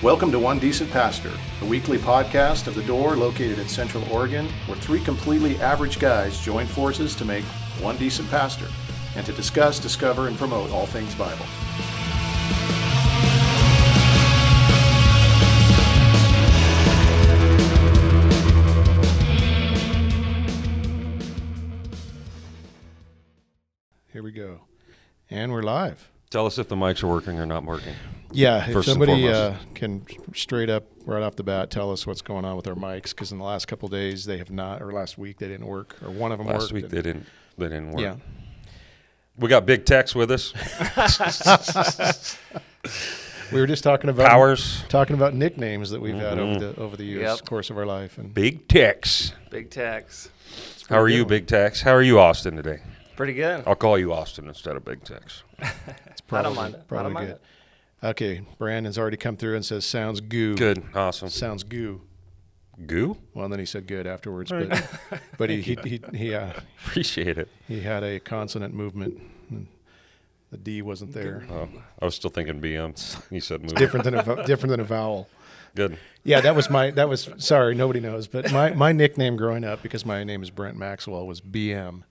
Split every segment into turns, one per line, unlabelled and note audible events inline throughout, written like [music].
Welcome to One Decent Pastor, a weekly podcast of The Door located in Central Oregon, where three completely average guys join forces to make one decent pastor and to discuss, discover, and promote all things Bible. Here we go. And we're live.
Tell us if the mics are working or not working.
Yeah, if
First and
somebody uh,
foremost.
can straight up right off the bat tell us what's going on with our mics, because in the last couple of days they have not, or last week they didn't work, or one of them
Last
worked.
week
and-
they didn't. They didn't work.
Yeah,
We got Big Tex
[laughs]
with us.
we were just talking about
Powers.
talking about nicknames that we've had
Mm-hmm.
over the over the years,
Yep.
course of our life, and
Big Tex.
Big tax.
How are you, Big Tex? How are you, Austin today?
Pretty good.
I'll call you Austin instead of Big Tex.
it's
I
probably
don't mind it. I don't
probably
mind
good. Okay, Brandon's already come through and says sounds goo.
Good, awesome.
Sounds goo.
Goo,
Well, and then he said good afterwards, but [laughs] but he he he, he, uh,
appreciate it.
he had a consonant movement. The D wasn't there.
Oh, I was still thinking BM. You said move.
Different than a vo- different than a vowel.
Good.
Yeah, that was my that was sorry, nobody knows, but my my nickname growing up because my name is Brent Maxwell was BM,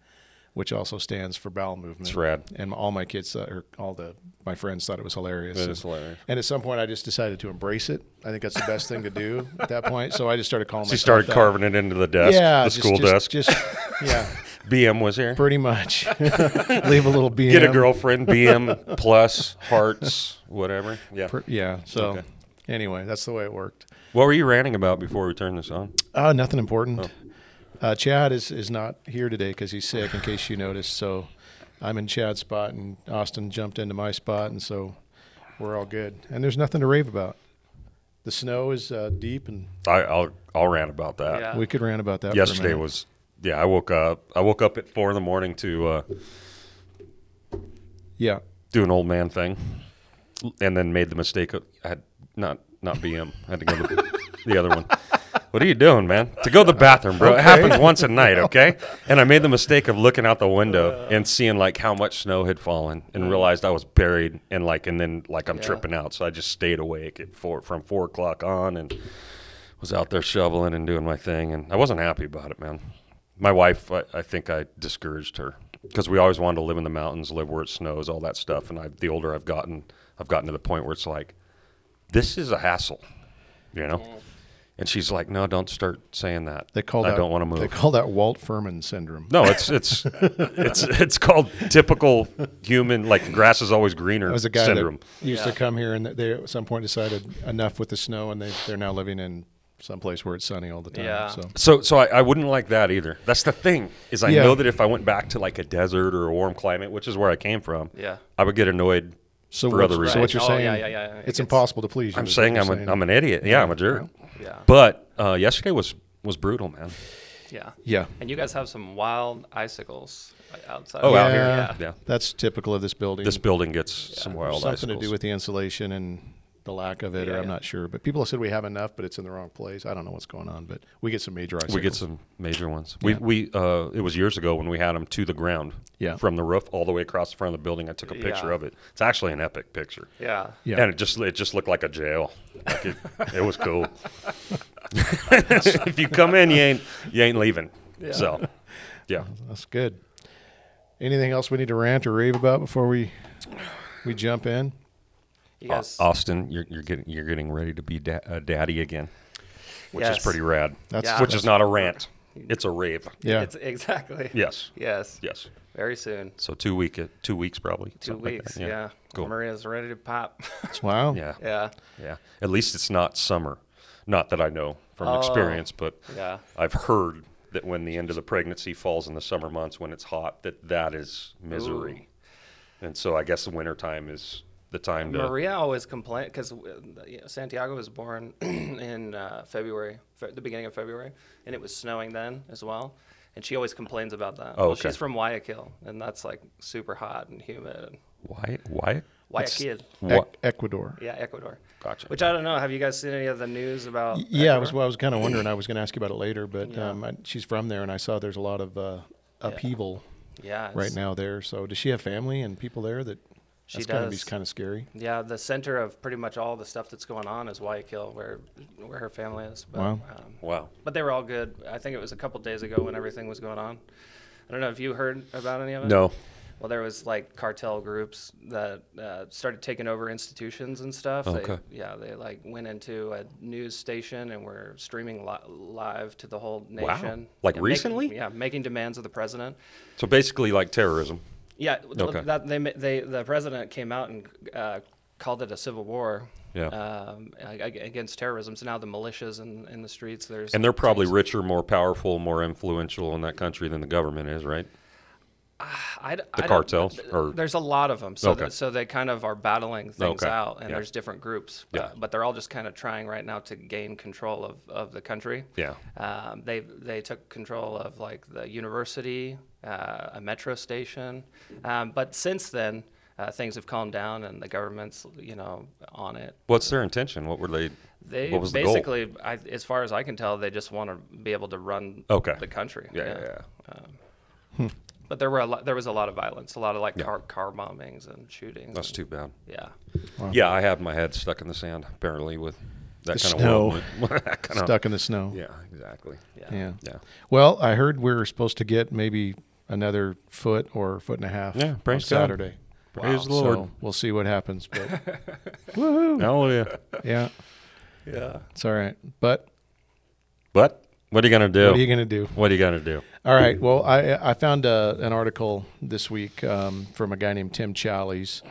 which also stands for bowel movement.
It's rad.
And all my kids thought, or all the my friends thought it was hilarious.
That
and,
is hilarious.
And at some point, I just decided to embrace it. I think that's the best thing to do at that point. So I just started calling.
She
myself
started
that.
carving it into the desk,
yeah,
the
just-
school
just- Just
desk. [laughs]
yeah,
BM was here.
pretty much. [laughs] Leave a little BM.
Get a girlfriend.
[laughs]
BM plus hearts, whatever. Yeah.
Per- yeah. So
Okay.
anyway, that's the way it worked.
What were you ranting about before we turned this on?
Uh, nothing important.
Oh.
Uh, Chad is, is not here today because he's sick, in case you noticed. So I'm in Chad's spot, and Austin jumped into my spot, and so we're all good. And there's nothing to rave about. The snow is uh, deep, and
I, I'll I'll rant about that.
Yeah.
we could rant about that. for a
yesterday
minute.
was yeah i woke up i woke up at four in the morning to uh,
yeah,
do an old man thing and then made the mistake of i had not not bm i had to go to the, [laughs] the other one what are you doing man to go to the bathroom bro it happens once
[laughs]
a night okay and i made the mistake of looking out the window and seeing like how much snow had fallen
Mm.
and realized i was buried and like and then like i'm tripping out so i just stayed awake at four from four o'clock on and was out there shoveling and doing my thing, and I wasn't happy about it, man. My wife, I, I think I discouraged her because we always wanted to live in the mountains, live where it snows, all that stuff. And I, the older I've gotten, I've gotten to the point where it's like, this is a hassle, you know. And she's like, "No, don't start saying that."
they call
I
that.
don't want to move.
They call that Walt Furman syndrome.
no, it's
[laughs]
it's it's it's called typical human. Like grass is always greener
I was a guy
syndrome.
that used to
Yeah.
come here, and they at some point decided enough with the snow, and they they're now living in someplace where it's sunny all the time.
Yeah.
So
So, so I, I wouldn't like that either. That's the thing is I
Yeah.
know that if I went back to like a desert or a warm climate, which is where I came from,
Yeah.
I would get annoyed
so
for
what-
other
So
reasons.
what you're
Right. Oh,
saying?
yeah, yeah, yeah. It
It's,
gets-
impossible to please. You
I'm
is what
saying
you're
I'm, A, I'm an idiot. Yeah, I'm a jerk.
Yeah.
But uh, yesterday was was brutal, man.
Yeah.
Yeah.
And you guys have some wild icicles outside.
Oh, out
yeah,
here,
Yeah.
yeah.
That's typical of this building.
This building gets some wild
something
icicles.
to do with the insulation and the lack of it, or
Yeah,
I'm
yeah.
not sure. But people have said we have enough, but it's in the wrong place. I don't know what's going on, but we get some major icicles.
we get some major ones. We we uh, it was years ago when we had them to the ground.
Yeah.
From the roof all the way across the front of the building. I took a picture
Yeah.
of it. It's actually an epic picture.
Yeah.
Yeah.
And it just it just looked like a jail. Like it, it was
[laughs]
cool. if you come in, you ain't you ain't leaving. So, yeah.
That's good. Anything else we need to rant or rave about before we we jump in?
You guys,
Au- Austin, you're, you're getting you're getting ready to be da- a daddy again, which is
Yes.
pretty rad.
That's-
Yeah.
which is not a rant. It's a rave.
Yeah.
It's exactly.
Yes.
Yes.
Yes.
Very soon.
So two week two weeks probably.
Two
something like
weeks.
that.
yeah.
Cool.
Maria's ready to pop. [laughs]
wow.
Yeah. yeah.
yeah.
At least it's not summer. Not that I know from
Oh.
experience, but
Yeah.
I've heard that when the end of the pregnancy falls in the summer months when it's hot, that that is misery. And so I guess the winter time is the time to
Maria always complained because you know, Santiago was born [clears throat] in uh, February, fe- the beginning of February, and it was snowing then as well. And she always complains about that.
Oh,
Well,
okay.
She's from Guayaquil, and that's like super hot and humid.
why why what's-
Guayaquil.
Ec-
What?
Ecuador.
Yeah, Ecuador.
Gotcha.
Which I don't know. Have you guys seen any of the news about?
Yeah, I was,
Ecuador?
well, I was kind of wondering. I was going to ask you about it later, but um, I, she's from there, and I saw there's a lot of uh, upheaval
Yeah.
right
it's-
now there. So does she have family and people there that
She
that's gonna be
does.
kind of scary.
yeah, the center of pretty much all the stuff that's going on is Waikill, where where her family is. But,
Wow.
Um,
Wow.
but they were all good. I think it was a couple days ago when everything was going on. I don't know if you heard about any of it.
No.
Well, there was like cartel groups that uh, started taking over institutions and stuff.
Okay.
They, yeah, they like went into a news station and were streaming li- live to the whole
Wow. Like
nation. Yeah, making-
recently?
yeah, making demands of the president.
So basically, like terrorism.
Yeah, th-
Okay.
that they ma- they the president came out and uh, called it a civil war.
Yeah.
Um, ag- ag- against terrorism. So now the militias in, in the streets. There's
And they're probably
teams-
richer, more powerful, more influential in that country than the government is, right?
I d-
The
I don't-
cartels,
th-
or-
there's a lot of them. So
Okay.
th- so they kind of are battling things
Okay,
out, and
yeah.
there's different groups.
Yeah.
uh, but they're all just kind of trying right now to gain control of, of the country.
Yeah.
Um, they they took control of like the university, uh, a metro station, um, but since then. Uh, things have calmed down, and the government's, you know, on it.
What's their intention? What were they?
They
what was the goal?
basically, I, as far as I can tell, they just want to be able to run
Okay.
the country.
Yeah, yeah,
Um, but there were a lot, there was a lot of violence, a lot of like
Yeah.
car car bombings and shootings.
That's
and-
too bad.
Yeah,
Yeah, I have my head stuck in the sand apparently with that
The
kind
snow.
of whirlwind. [laughs] that kind
Stuck in the snow.
Of, yeah, exactly.
yeah,
Yeah.
Yeah.
Well, I heard we are supposed to get maybe another foot or foot and a half
Yeah, praise
on
God.
Saturday.
Praise the Lord.
So we'll see what happens. But
[laughs] Hallelujah.
yeah,
yeah.
it's all right. But
[laughs] But what are you gonna do?
what are you gonna do?
What are you gonna do?
All right. Well, I I found uh, an article this week um, from a guy named Tim Challies,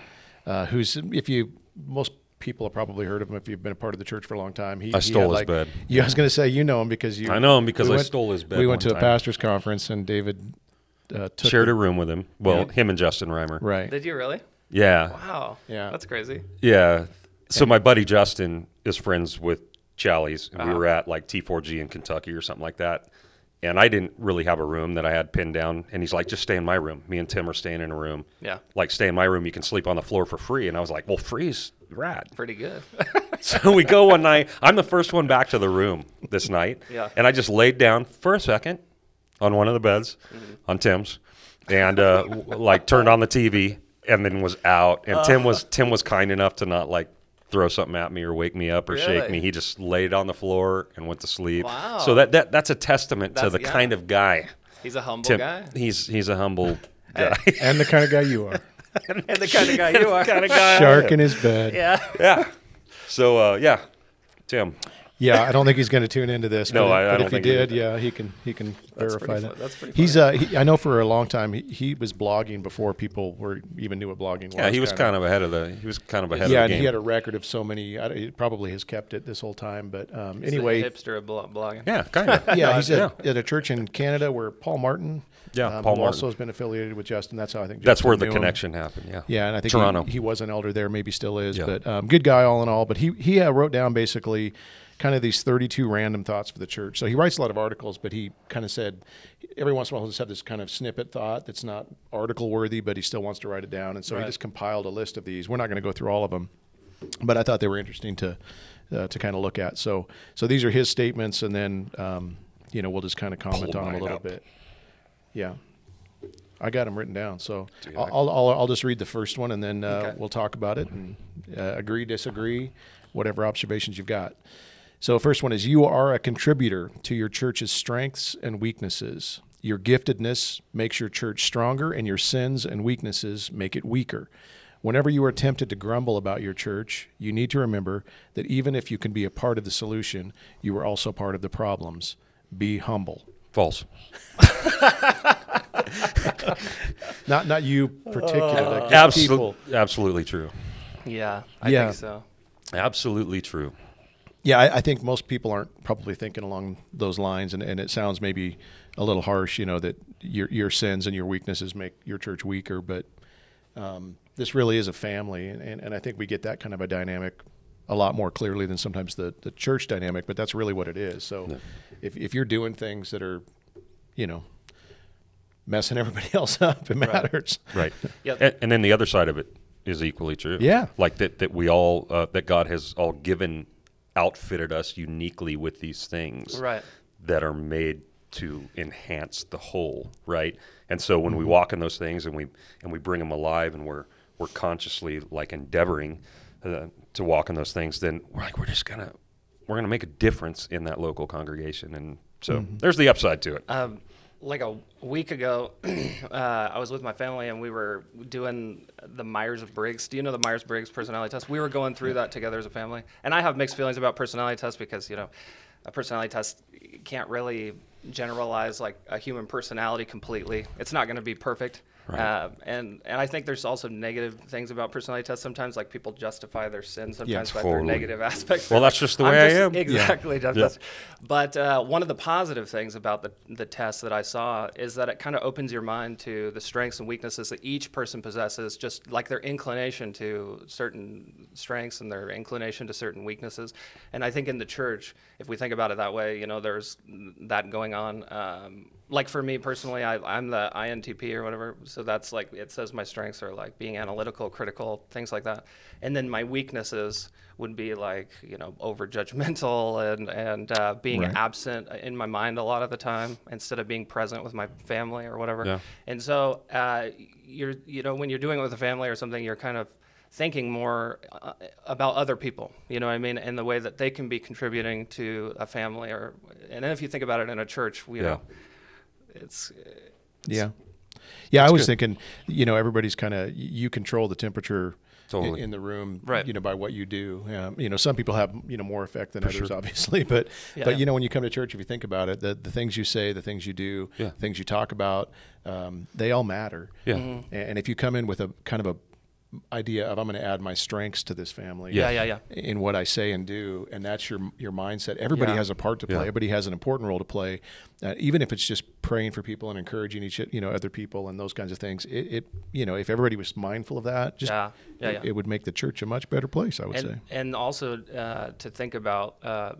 uh, who's if you most people have probably heard of him if you've been a part of the church for a long time. He
I
he
stole
had,
his
like-
bed.
Yeah, I was going to say you know him because you.
I know him because
we
I
went-
stole his bed.
We went to
one time.
a pastor's conference and David uh, took
Shared
the-
a room with him. Well,
Yeah.
him and Justin Reimer.
right.
Did you really?
Yeah.
Wow.
Yeah.
That's crazy.
Yeah. So my buddy Justin is friends with Challies, and we
Uh-huh.
were at like T4G in Kentucky or something like that. And I didn't really have a room that I had pinned down. And he's like, just stay in my room. Me and Tim are staying in a room.
Yeah.
Like, stay in my room. You can sleep on the floor for free. And I was like, well, free's rad.
Pretty good.
So we go one night. I'm the first one back to the room this night.
Yeah.
And I just laid down for a second on one of the beds
Mm-hmm.
on Tim's and uh, w- like turned on the TV and then was out. And Tim
Uh.
was Tim was kind enough to not like throw something at me or wake me up or shake
Really?
me. He just laid on the floor and went to sleep.
Wow.
So that, that that's a testament to
That's-
the
yeah.
kind of guy
[laughs] He's a humble
Tim
[laughs] guy,
he's he's a humble guy.
[laughs]
and the kind of guy you are.
and the kind of [laughs] guy you are. kind of guy.
Shark in his bed. Yeah.
Yeah.
yeah. So uh, yeah. Tim.
I don't think he's going to tune into this.
No,
but,
I- I
but
don't
if
think
he
he
did,
did.
yeah, he can he can verify
pretty
that.
fu- that's pretty
he's uh, he, I know for a long time he, he was blogging before people were even knew what blogging was.
Yeah, he was kind of ahead of the he was kind of ahead
yeah,
of
and
the game.
he had a record of so many. I, don't- he probably has kept it this whole time, but um,
He's a
anyway,
hipster of blo- blogging.
Yeah, kind of.
[laughs] yeah, he's
yeah.
at, at a church in Canada where Paul Martin,
Yeah,
um,
Paul
who
Martin.
also has been affiliated with Justin. That's how I think
That's
Justin
where the
knew him.
connection happened. Yeah.
Yeah, and I think he-
Toronto.
He, was an elder there, maybe still is,
Yeah.
but um, good guy all in all. But he he uh, wrote down basically kind of these 32 random thoughts for the church. So he writes a lot of articles, but he kind of said every once in a while he'll just have this kind of snippet thought that's not article worthy, but he still wants to write it down. And so he
Right.
just compiled a list of these. We're not going to go through all of them, but I thought they were interesting to uh, to kind of look at. So so these are his statements, and then um, you know we'll just kind of comment
Pull
on them a
mine
little
up.
bit. Yeah. I got them written down, so
Dude, I-
I'll, I'll, I'll, I'll just read the first one and then uh,
Okay.
we'll talk about it and uh, agree, disagree, whatever observations you've got. So, first one is you are a contributor to your church's strengths and weaknesses. Your giftedness makes your church stronger, and your sins and weaknesses make it weaker. Whenever you are tempted to grumble about your church, you need to remember that even if you can be a part of the solution, you are also part of the problems. Be humble.
False.
Not not you particularly. the people.
Absolutely. Absolutely true.
Yeah. I
Yeah.
think so.
Absolutely true.
Yeah, I, I think most people aren't probably thinking along those lines, and, and it sounds maybe a little harsh, you know, that your your sins and your weaknesses make your church weaker. But um, this really is a family, and, and, and I think we get that kind of a dynamic a lot more clearly than sometimes the, the church dynamic. But that's really what it is. So if if you're doing things that are, you know, messing [laughs] everybody else up, it matters.
Right.
Yep.
And, and then the other side of it is equally true.
Yeah.
Like that. That we all. Uh, that God has all given, outfitted us uniquely with these things.
Right.
That are made to enhance the whole. Right. And so when we walk in those things and we and we bring them alive and we're we're consciously like endeavoring uh, to walk in those things, then we're like we're just gonna we're gonna make a difference in that local congregation, and so there's the upside to it.
um, like a week ago, [clears throat] uh, I was with my family and we were doing the Myers Briggs. Do you know the Myers Briggs personality test? We were going through that together as a family, and I have mixed feelings about personality tests because you know, a personality test can't really generalize like a human personality completely. It's not going to be perfect.
Right.
Uh, and and I think there's also negative things about personality tests sometimes. Like people justify their sins sometimes by their
totally.
negative [laughs] aspects.
Well, that's just the
I'm
way I am. Yeah.
Exactly. Jeff, that's- But uh, one of the positive things about the, the test that I saw is that it kind of opens your mind to the strengths and weaknesses that each person possesses, just like their inclination to certain strengths and their inclination to certain weaknesses. And I think in the church, if we think about it that way, you know, there's that going on. Um, like for me personally, I, I'm the INTP or whatever. So that's like, it says my strengths are like being analytical, critical, things like that. And then my weaknesses would be like, you know, over judgmental [laughs] and, and uh, being
Right.
absent in my mind a lot of the time instead of being present with my family or whatever.
Yeah.
And so uh, you're, you know, when you're doing it with a family or something, you're kind of thinking more uh, about other people, you know what I mean? And the way that they can be contributing to a family or, and then if you think about it in a church, you know, it's
Yeah. Yeah, I was thinking, you know, everybody's kind of you control the temperature i-
Totally.
in, the room,
Right.
You know, by what you do. Um, you know, some people have you know more effect than others, obviously, [laughs] but
Yeah.
but you know, when you come to church, if you think about it, the the things you say, the things you do,
Yeah.
things you talk about, um, they all matter.
Yeah.
A-
Mm-hmm.
And if you come in with a kind of a idea of I'm going to add my strengths to this family,
Yeah. Yeah, yeah,
in what I say and do, and that's your your mindset. Everybody
Yeah.
has a part to play.
Yeah.
Everybody has an important role to play, uh, even if it's just praying for people and encouraging each you know other people and those kinds of things. It, it you know if everybody was mindful of that, just
Yeah. Yeah,
it,
yeah.
it would make the church a much better place. I would
and,
say.
and also uh, to think about uh,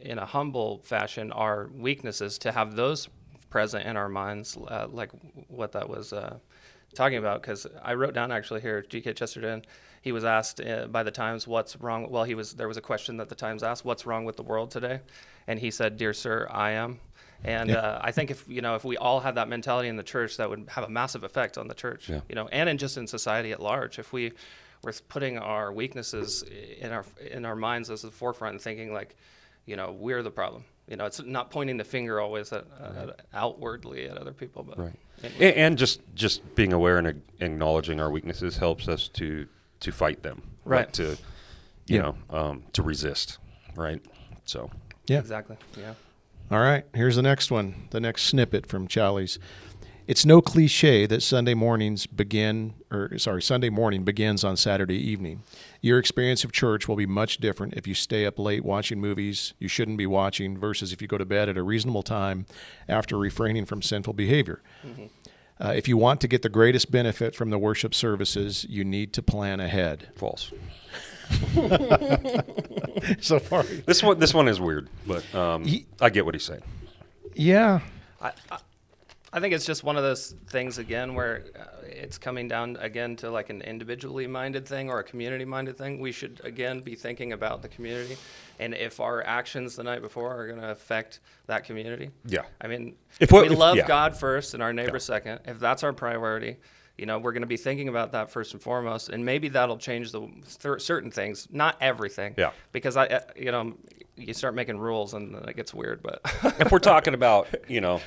in a humble fashion our weaknesses to have those present in our minds uh, like what that was uh, talking about because i wrote down actually here gk chesterton he was asked uh, by the times what's wrong well he was there was a question that the times asked what's wrong with the world today and he said dear sir i am and uh, I think if you know if we all had that mentality in the church, that would have a massive effect on the church.
Yeah.
You know, and in just in society at large, if we were putting our weaknesses in our in our minds as the forefront and thinking like, you know, we're the problem. You know, it's not pointing the finger always at, at, outwardly at other people, but
Right.
And-
And, and just just being aware and ag- acknowledging our weaknesses helps us to to fight them.
Right.
To you
Yeah.
know um, to resist. Right. So
Yeah.
exactly. Yeah.
All right, here's the next one, the next snippet from Charlie's. It's no cliche that Sunday mornings begin, or sorry, Sunday morning begins on Saturday evening. Your experience of church will be much different if you stay up late watching movies you shouldn't be watching versus if you go to bed at a reasonable time after refraining from sinful behavior. Uh, if you want to get the greatest benefit from the worship services, you need to plan ahead.
false.
[laughs] So far,
This one this one is weird, but um,
Ye-
I get what he's saying.
yeah,
I, I- I think it's just one of those things again where uh, it's coming down again to like an individually minded thing or a community minded thing. We should again be thinking about the community and if our actions the night before are going to affect that community.
Yeah.
I mean,
If
if
what-
we
if-
love
yeah.
God first and our neighbor second, if that's our priority, you know, we're going to be thinking about that first and foremost, and maybe that'll change the cer- certain things, not everything.
Yeah.
Because I, uh, you know, you start making rules and then it gets weird, but [laughs]
if we're talking about you know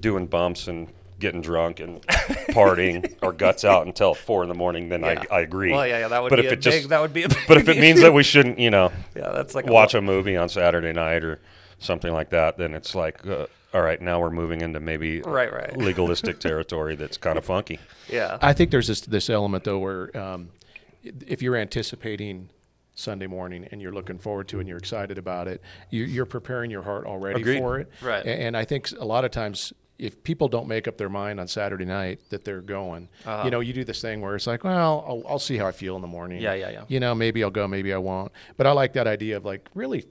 doing bumps and getting drunk and partying
[laughs]
our guts out until four in the morning, then
Yeah.
I, I agree.
Well, yeah, yeah, that would
but
be
if
a
it just,
big- that would be a [laughs]
But if
big
it means that we shouldn't, you know,
yeah, that's like
watch a movie on Saturday night or something like that, then it's like, uh, all right, now we're moving into maybe
Right, right.
legalistic territory that's kind of funky.
Yeah.
I think there's this this element though where um, if you're anticipating Sunday morning and you're looking forward to it and you're excited about it, you, you're preparing your heart already
Agreed.
for it.
Right.
A- And, I think a lot of times if people don't make up their mind on Saturday night that they're going,
Uh-huh.
you know, you do this thing where it's like, well, I'll, I'll see how I feel in the morning.
Yeah, yeah, yeah.
You know, maybe I'll go, maybe I won't. But I like that idea of like really,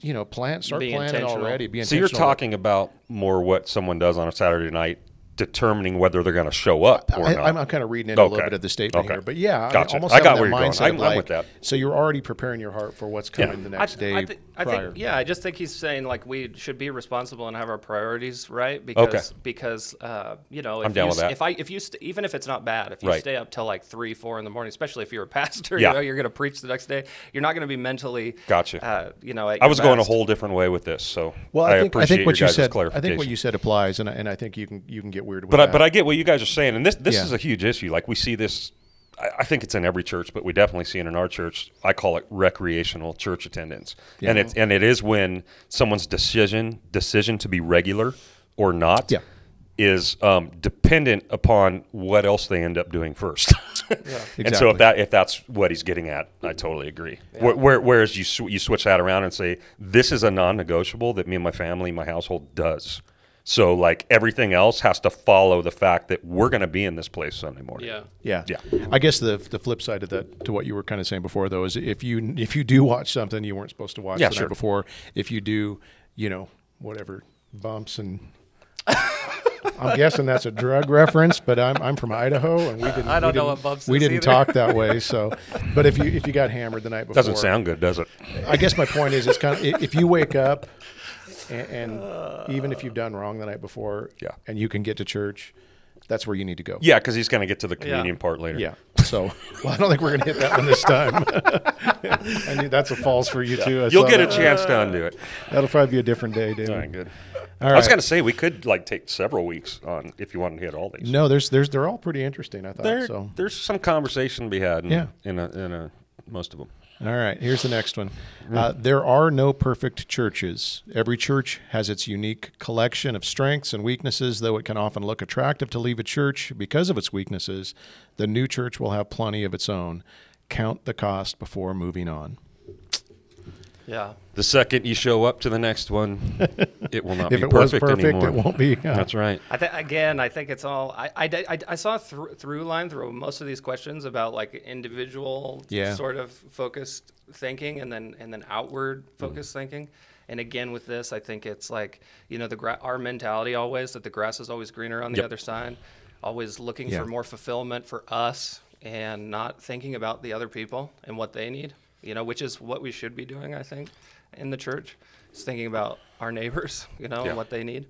you know, plan, start
Be
planning
intentional.
already. Be
So you're
intentional.
talking about more what someone does on a Saturday night determining whether they're going to show up or
I,
not.
I'm, I'm kind of reading into a little
Okay.
bit of the statement
Okay.
here, but yeah,
Gotcha.
I almost
I
having
got
that
where you're going.
mindset
I'm-
of
I'm
like,
with that.
So you're already preparing your heart for what's coming the next day
I, th- I
prior.
think, yeah, I just think he's saying like we should be responsible and have our priorities right because because uh, you know if
I'm down
you
with
s-
that.
if I if you st- even if it's not bad if you
Right.
stay up till like three four in the morning especially if you're a [laughs] pastor
Yeah.
you know you're going to preach the next day you're not going to be mentally
Gotcha.
uh, you know at
I
your
was going a
best.
whole different way with this, so
Well, I, think, I
appreciate
think what
your
you
guys'
said. I
clarification.
think what you said applies, and I, and I think you can you can get weird with
but I,
that.
but I get what you guys are saying, and this this
Yeah.
is a huge issue. Like we see this, I, I think it's in every church, but we definitely see it in our church. I call it recreational church attendance, and it's and it is when someone's decision decision to be regular or not.
Yeah.
Is um, dependent upon what else they end up doing first, [laughs] and so
Exactly.
if that if that's what he's getting at, I totally agree. Where, where, whereas you sw- you switch that around and say this is a non-negotiable that me and my family, my household does. So like everything else has to follow the fact that we're going to be in this place Sunday morning.
yeah
Yeah,
Yeah.
I guess the the flip side of that to what you were kind of saying before though is if you if you do watch something you weren't supposed to watch
Yeah,
the
sure.
night before, if you do, you know, whatever bumps
[laughs]
and. I'm guessing that's a drug reference, but I'm, I'm from Idaho, and we didn't.
I don't
we
know
didn't-
what bumps
We
is
didn't
either.
talk that
[laughs]
way, so. But if you if you got hammered the night before,
Doesn't sound good, does it?
I guess my point is, it's kind of i- if you wake up, and, and even if you've done wrong the night before,
Yeah.
and you can get to church, that's where you need to go.
Yeah, because he's going to get to the communion part later.
Yeah. So, [laughs] well, I don't think we're gonna hit that one this time. [laughs] I knew that's a false for you too. I
You'll
saw
get a
that.
chance to undo it.
That'll probably be a different day, dude.
[laughs] All right, good.
All
I was
right.
going to say we could like take several weeks on if you wanted to hit all these.
No, there's there's they're all pretty interesting. I thought
there,
so.
there's some conversation to be had. In,
Yeah.
in a, in a most of them.
All right, here's the next one. Uh, there are no perfect churches. Every church has its unique collection of strengths and weaknesses, though it can often look attractive to leave a church because of its weaknesses. The new church will have plenty of its own. Count the cost before moving on.
yeah
The second you show up to the
[laughs]
next one, it will not
If
be
it was
perfect,
perfect,
anymore.
it won't be. yeah.
That's right.
I think again, I think it's all. I, I, did- I, I saw a thr- through line through most of these questions about like individual
Yeah.
sort of focused thinking, and then and then outward focused thinking. And again, with this, I think it's like you know the gra- our mentality always that the grass is always greener on the
Yep.
other side, always looking
Yeah.
for more fulfillment for us and not thinking about the other people and what they need. You know, which is what we should be doing, I think, in the church, is thinking about our neighbors, [laughs] you know,
Yeah.
and what they need,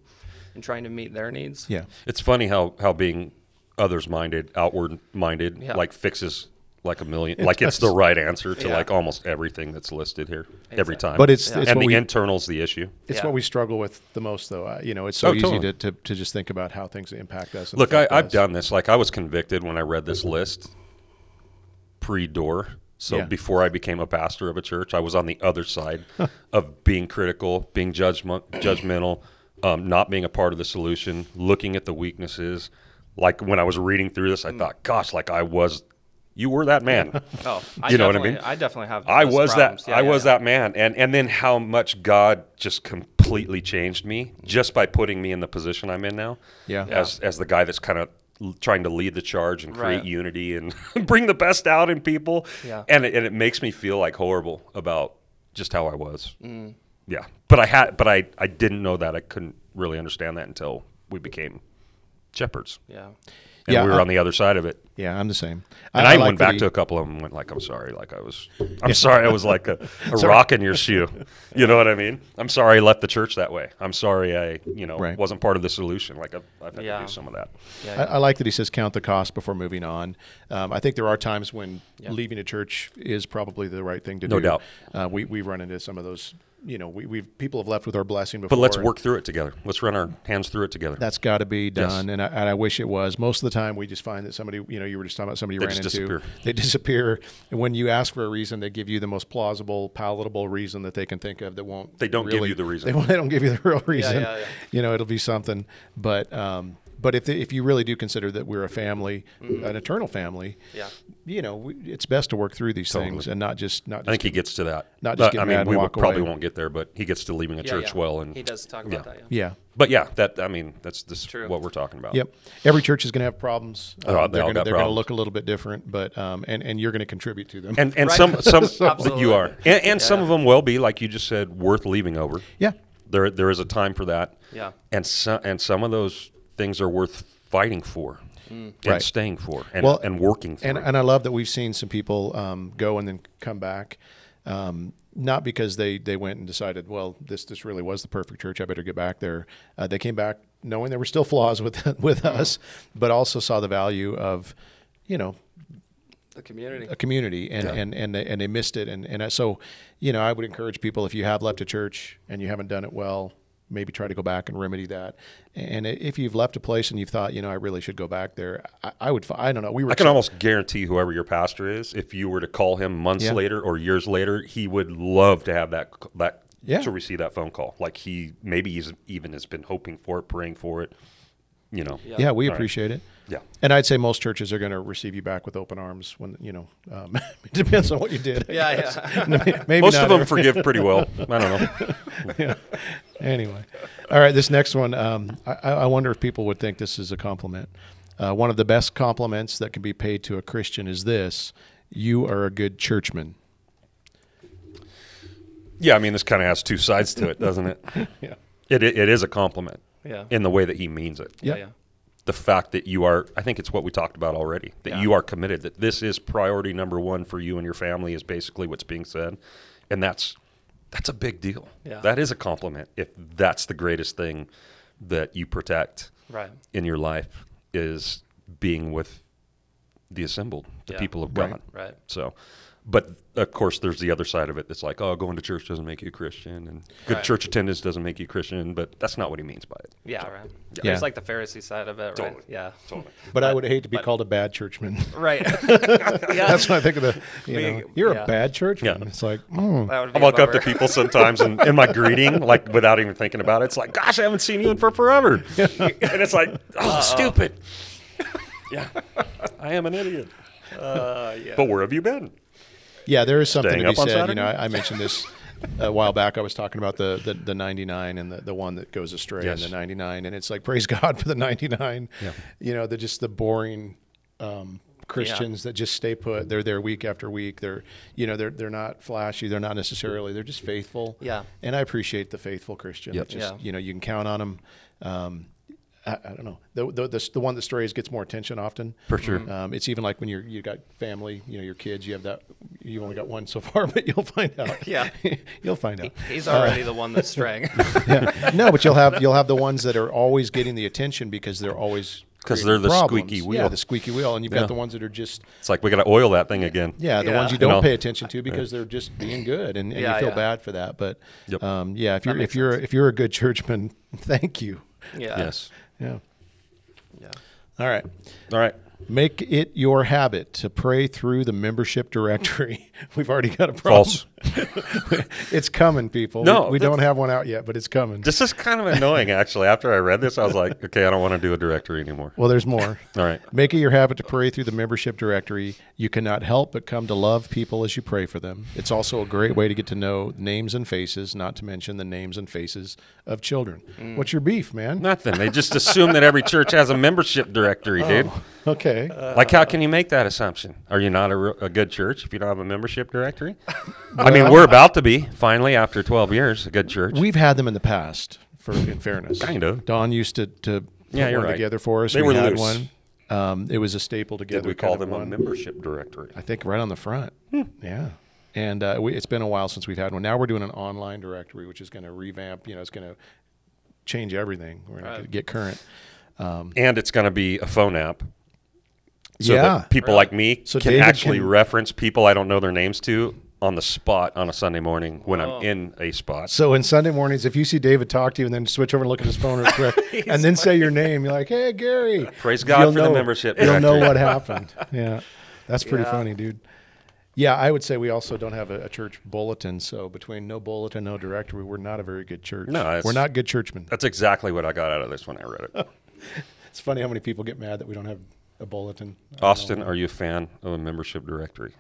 and trying to meet their needs.
[laughs] Yeah.
It's funny how how being others minded, outward minded,
Yeah.
like fixes like a million, like it's the right answer to
Yeah.
like almost everything that's listed here every time.
But it's-
Yeah.
it's
and
what
the
we-
internal's the issue.
It's
Yeah.
what we struggle with the most, though. Uh, you know, it's so
Oh,
easy
totally.
to, to, to just think about how things impact us. and
Look, I,
affect
I've
us.
done this. Like I was convicted when I read this list pre door. So
Yeah.
before I became a pastor of a church, I was on the other side of being critical, being judgment, judgmental, um, not being a part of the solution, looking at the weaknesses. Like when I was reading through this, I thought, "Gosh, like I was, you were that man."
Oh, I
[laughs] You know what I
definitely-
mean?
I definitely have.
I
those
was
problems.
that. I was that man, and and then how much God just completely changed me just by putting me in the position I'm in now.
Yeah.
As as the guy that's kind of l- trying to lead the charge and create
Right.
unity and [laughs] bring the best out in people.
Yeah.
And it, and it makes me feel like horrible about just how I was.
Mm.
Yeah. But I had. But I I didn't know that. I couldn't really understand that until we became shepherds.
Yeah.
And
Yeah,
we were
I-
on the other side of it.
Yeah, I'm the same.
And I,
like
went
that
back
he-
to a couple of them and went like, I'm sorry, like I was, I'm sorry, I was
[laughs]
like a, a rock in your shoe. You know what I mean? I'm sorry I left the church that way. I'm sorry I, you know,
Right.
wasn't part of the solution. Like I've, I've had to
Yeah.
do some of that.
Yeah.
I, I like that he says count the cost before moving on. Um, I think there are times when
Yeah.
leaving a church is probably the right thing to
No
do.
doubt.
Uh, we we run into some of those. You know, we we've people have left with our blessing before.
But let's
and
work through it together. Let's run our hands through it together.
That's got to be done, and, I, and I wish it was. Most of the time, we just find that somebody, you know, you were just talking about somebody you ran
just
into.
disappear.
[laughs] They disappear, and when you ask for a reason, they give you the most plausible, palatable reason that they can think of that won't.
They don't give
really-
you the reason.
They, won't- they don't give you the real reason.
yeah, yeah.
You know, it'll be something. But um, but if if you really do consider that we're a family, an eternal family,
Mm-hmm. Yeah.
you know, we, it's best to work through these things and not just not
I think
just
he gets to that.
Not just
But,
get
I
mad
mean,
and
we will-
walk
probably
away.
won't get there, but he gets to leaving a
Yeah,
church
yeah.
well. And
he does talk about that. Yeah.
yeah.
But yeah, that I mean, that's this
True.
what we're talking about.
Yep. Every church is going to have problems. Um,
Oh, they all
they're
got
to they're going to
problems.
look a little bit different, but um, and and you're going to contribute to them.
And and
Right.
some some
[laughs] Absolutely.
you are, and, and some of them will be like you just said, worth leaving over.
yeah.
There, there is a time for that.
Yeah.
And some, and some of those things are worth fighting for
Mm.
and
Right.
staying for and,
Well,
and working through.
and and I love that we've seen some people um, go and then come back, um, not because they they went and decided, well, this this really was the perfect church. I better get back there. Uh, they came back knowing there were still flaws with [laughs] with us, but also saw the value of, you know,
[laughs]
the community.
a community and, and, and, they, and they missed it. And, and I- so, you know, I would encourage people if you have left a church and you haven't done it well, maybe try to go back and remedy that. And if you've left a place and you've thought, you know, I really should go back there, I, I would, fi- I don't know. We were,
I can almost guarantee whoever your pastor is, if you were to call him months
Yeah.
later or years later, he would love to have that that
Yeah.
to receive that phone call. Like he maybe he's even has been hoping for it, praying for it. You know.
Yeah.
yeah, we
All right.
appreciate it.
Yeah.
And I'd say most churches are going to receive you back with open arms when, you know, um, [laughs] it depends on what you did. I
Yeah, [laughs]
guess. [laughs]
yeah.
Maybe
Most
not
of them
every-
forgive pretty well. I don't know.
[laughs] anyway, all right. This next one, um, I, I wonder if people would think this is a compliment. Uh, one of the best compliments that can be paid to a Christian is this: "You are a good churchman."
Yeah, I mean, this kind of has two sides to it, doesn't it?
Yeah.
It, it, it is a compliment
Yeah.
in the way that he means it.
Yeah.
yeah.
The fact that you are, I think it's what we talked about already, that
Yeah.
you are committed, that this is priority number one for you and your family is basically what's being said. And that's, that's a big deal.
Yeah.
That is a compliment if that's the greatest thing that you protect
Right.
in your life is being with the assembled, the
Yeah.
people of God.
Right.
Right.
So, but of course, there's the other side of it that's like, oh, going to church doesn't make you a Christian, and good
Right.
church attendance doesn't make you Christian. But that's not what he means by it.
Yeah, right.
Yeah.
There's like the Pharisee side of it, right?
Totally.
Yeah.
Totally.
But I would hate to be called a bad churchman.
[laughs]
[laughs]
Right. yeah.
That's what I think of the. You
Being-
know, you're
yeah.
a bad churchman.
Yeah.
It's like, mm,
that would
I
be a
walk up to
bummer.
people sometimes and in my greeting, like without even thinking about it, it's like, gosh, I haven't seen you in for forever. and it's [laughs] like, oh, stupid. [laughs] yeah. I am an idiot. [laughs]
Uh, yeah.
But where have you been?
yeah, there is something
Staying
to be
up on
said. You know,
Saturday?
I, I mentioned this uh, a while back. I was talking about the the, the 99 and the, the one that goes astray
Yes.
and the 99, and it's like praise [laughs] God for the 99.
Yeah.
You know, they're just the boring um, Christians that just stay put. They're there week after week. They're you know they're they're not flashy. They're not necessarily. They're just faithful.
Yeah.
And I appreciate the faithful Christian.
Yep.
It's just
Yeah.
you know you can count on them. Um, I, I don't know. The, the, the, the one that strays gets more attention often.
For sure.
Um, it's even like when you're you got family, you know, your kids. You have that. You've only got one so [laughs] far, but you'll find out.
[laughs] Yeah.
[laughs] you'll find out.
He's already the one that's straying.
Yeah. No, but you'll
[laughs]
have you'll have the ones that are always getting the attention because they're always
'Cause
creating
they're the
problems.
squeaky
Yeah,
wheel.
the squeaky wheel, and you've
Yeah.
got the ones that are just
It's like, we got to oil that thing again.
yeah, the ones
Yeah.
you don't
You know?
pay attention to because they're just being good, and, and
Yeah,
you feel
yeah.
bad for that. But
Yep.
um, yeah, if you're if you're if you're a good churchman, [laughs] thank you.
[laughs] yeah.
Yes.
Yeah.
Yeah.
All right.
All right.
Make it your habit to pray through the membership directory. [laughs] We've already got a problem.
False.
[laughs] It's coming, people.
No,
we, we
that's-
don't have one out yet, but it's coming.
This is kind of annoying, actually. After I read this, I was like, okay, I don't want to do a directory anymore.
well, there's more.
[laughs] All right.
Make it your habit to pray through the membership directory. You cannot help but come to love people as you pray for them. It's also a great way to get to know names and faces, not to mention the names and faces of children.
Mm.
What's your beef, man?
Nothing. They just assume that every church has a membership directory, dude.
oh. Okay.
Like, how can you make that assumption? Are you not a, re- a good church if you don't have a membership [laughs] directory? I mean, we're about to be finally after 12 years a good church.
We've had them in the past, for in fairness.
Kind of.
Don used to, to
Yeah,
put
you're
one
right.
together for us.
They
we
were
had
loose.
one. Um, it was a staple together.
Did we
kind
call
of
them Hmm. a
one.
membership directory?
I think right on the front. Yeah. And uh, we, it's been a while since we've had one. Now we're doing an online directory, which is going to revamp. You know, it's going to change everything. We're going
Uh,
Right.
to get current.
And it's going to be a phone app. So
yeah.
that people
Really?
like me
So
can
David
actually
can-
reference people I don't know their names to on the spot on a Sunday morning when
Whoa.
I'm in a spot.
so in Sunday mornings, if you see David talk to you and then switch over and look at his phone real quick, and then say your name, you're like, "Hey, Gary."
Uh, Praise God for the membership
You'll know
directory.
what
[laughs]
happened. Yeah, that's pretty
Yeah.
funny, dude. Yeah, I would say we also don't have a, a church bulletin. So between no bulletin, no directory, we're not a very good church.
No, it's-
we're not good churchmen.
That's exactly what I got out of this when I read [laughs] it.
It's funny how many people get mad that we don't have a bulletin.
Austin, are you a fan of a membership directory?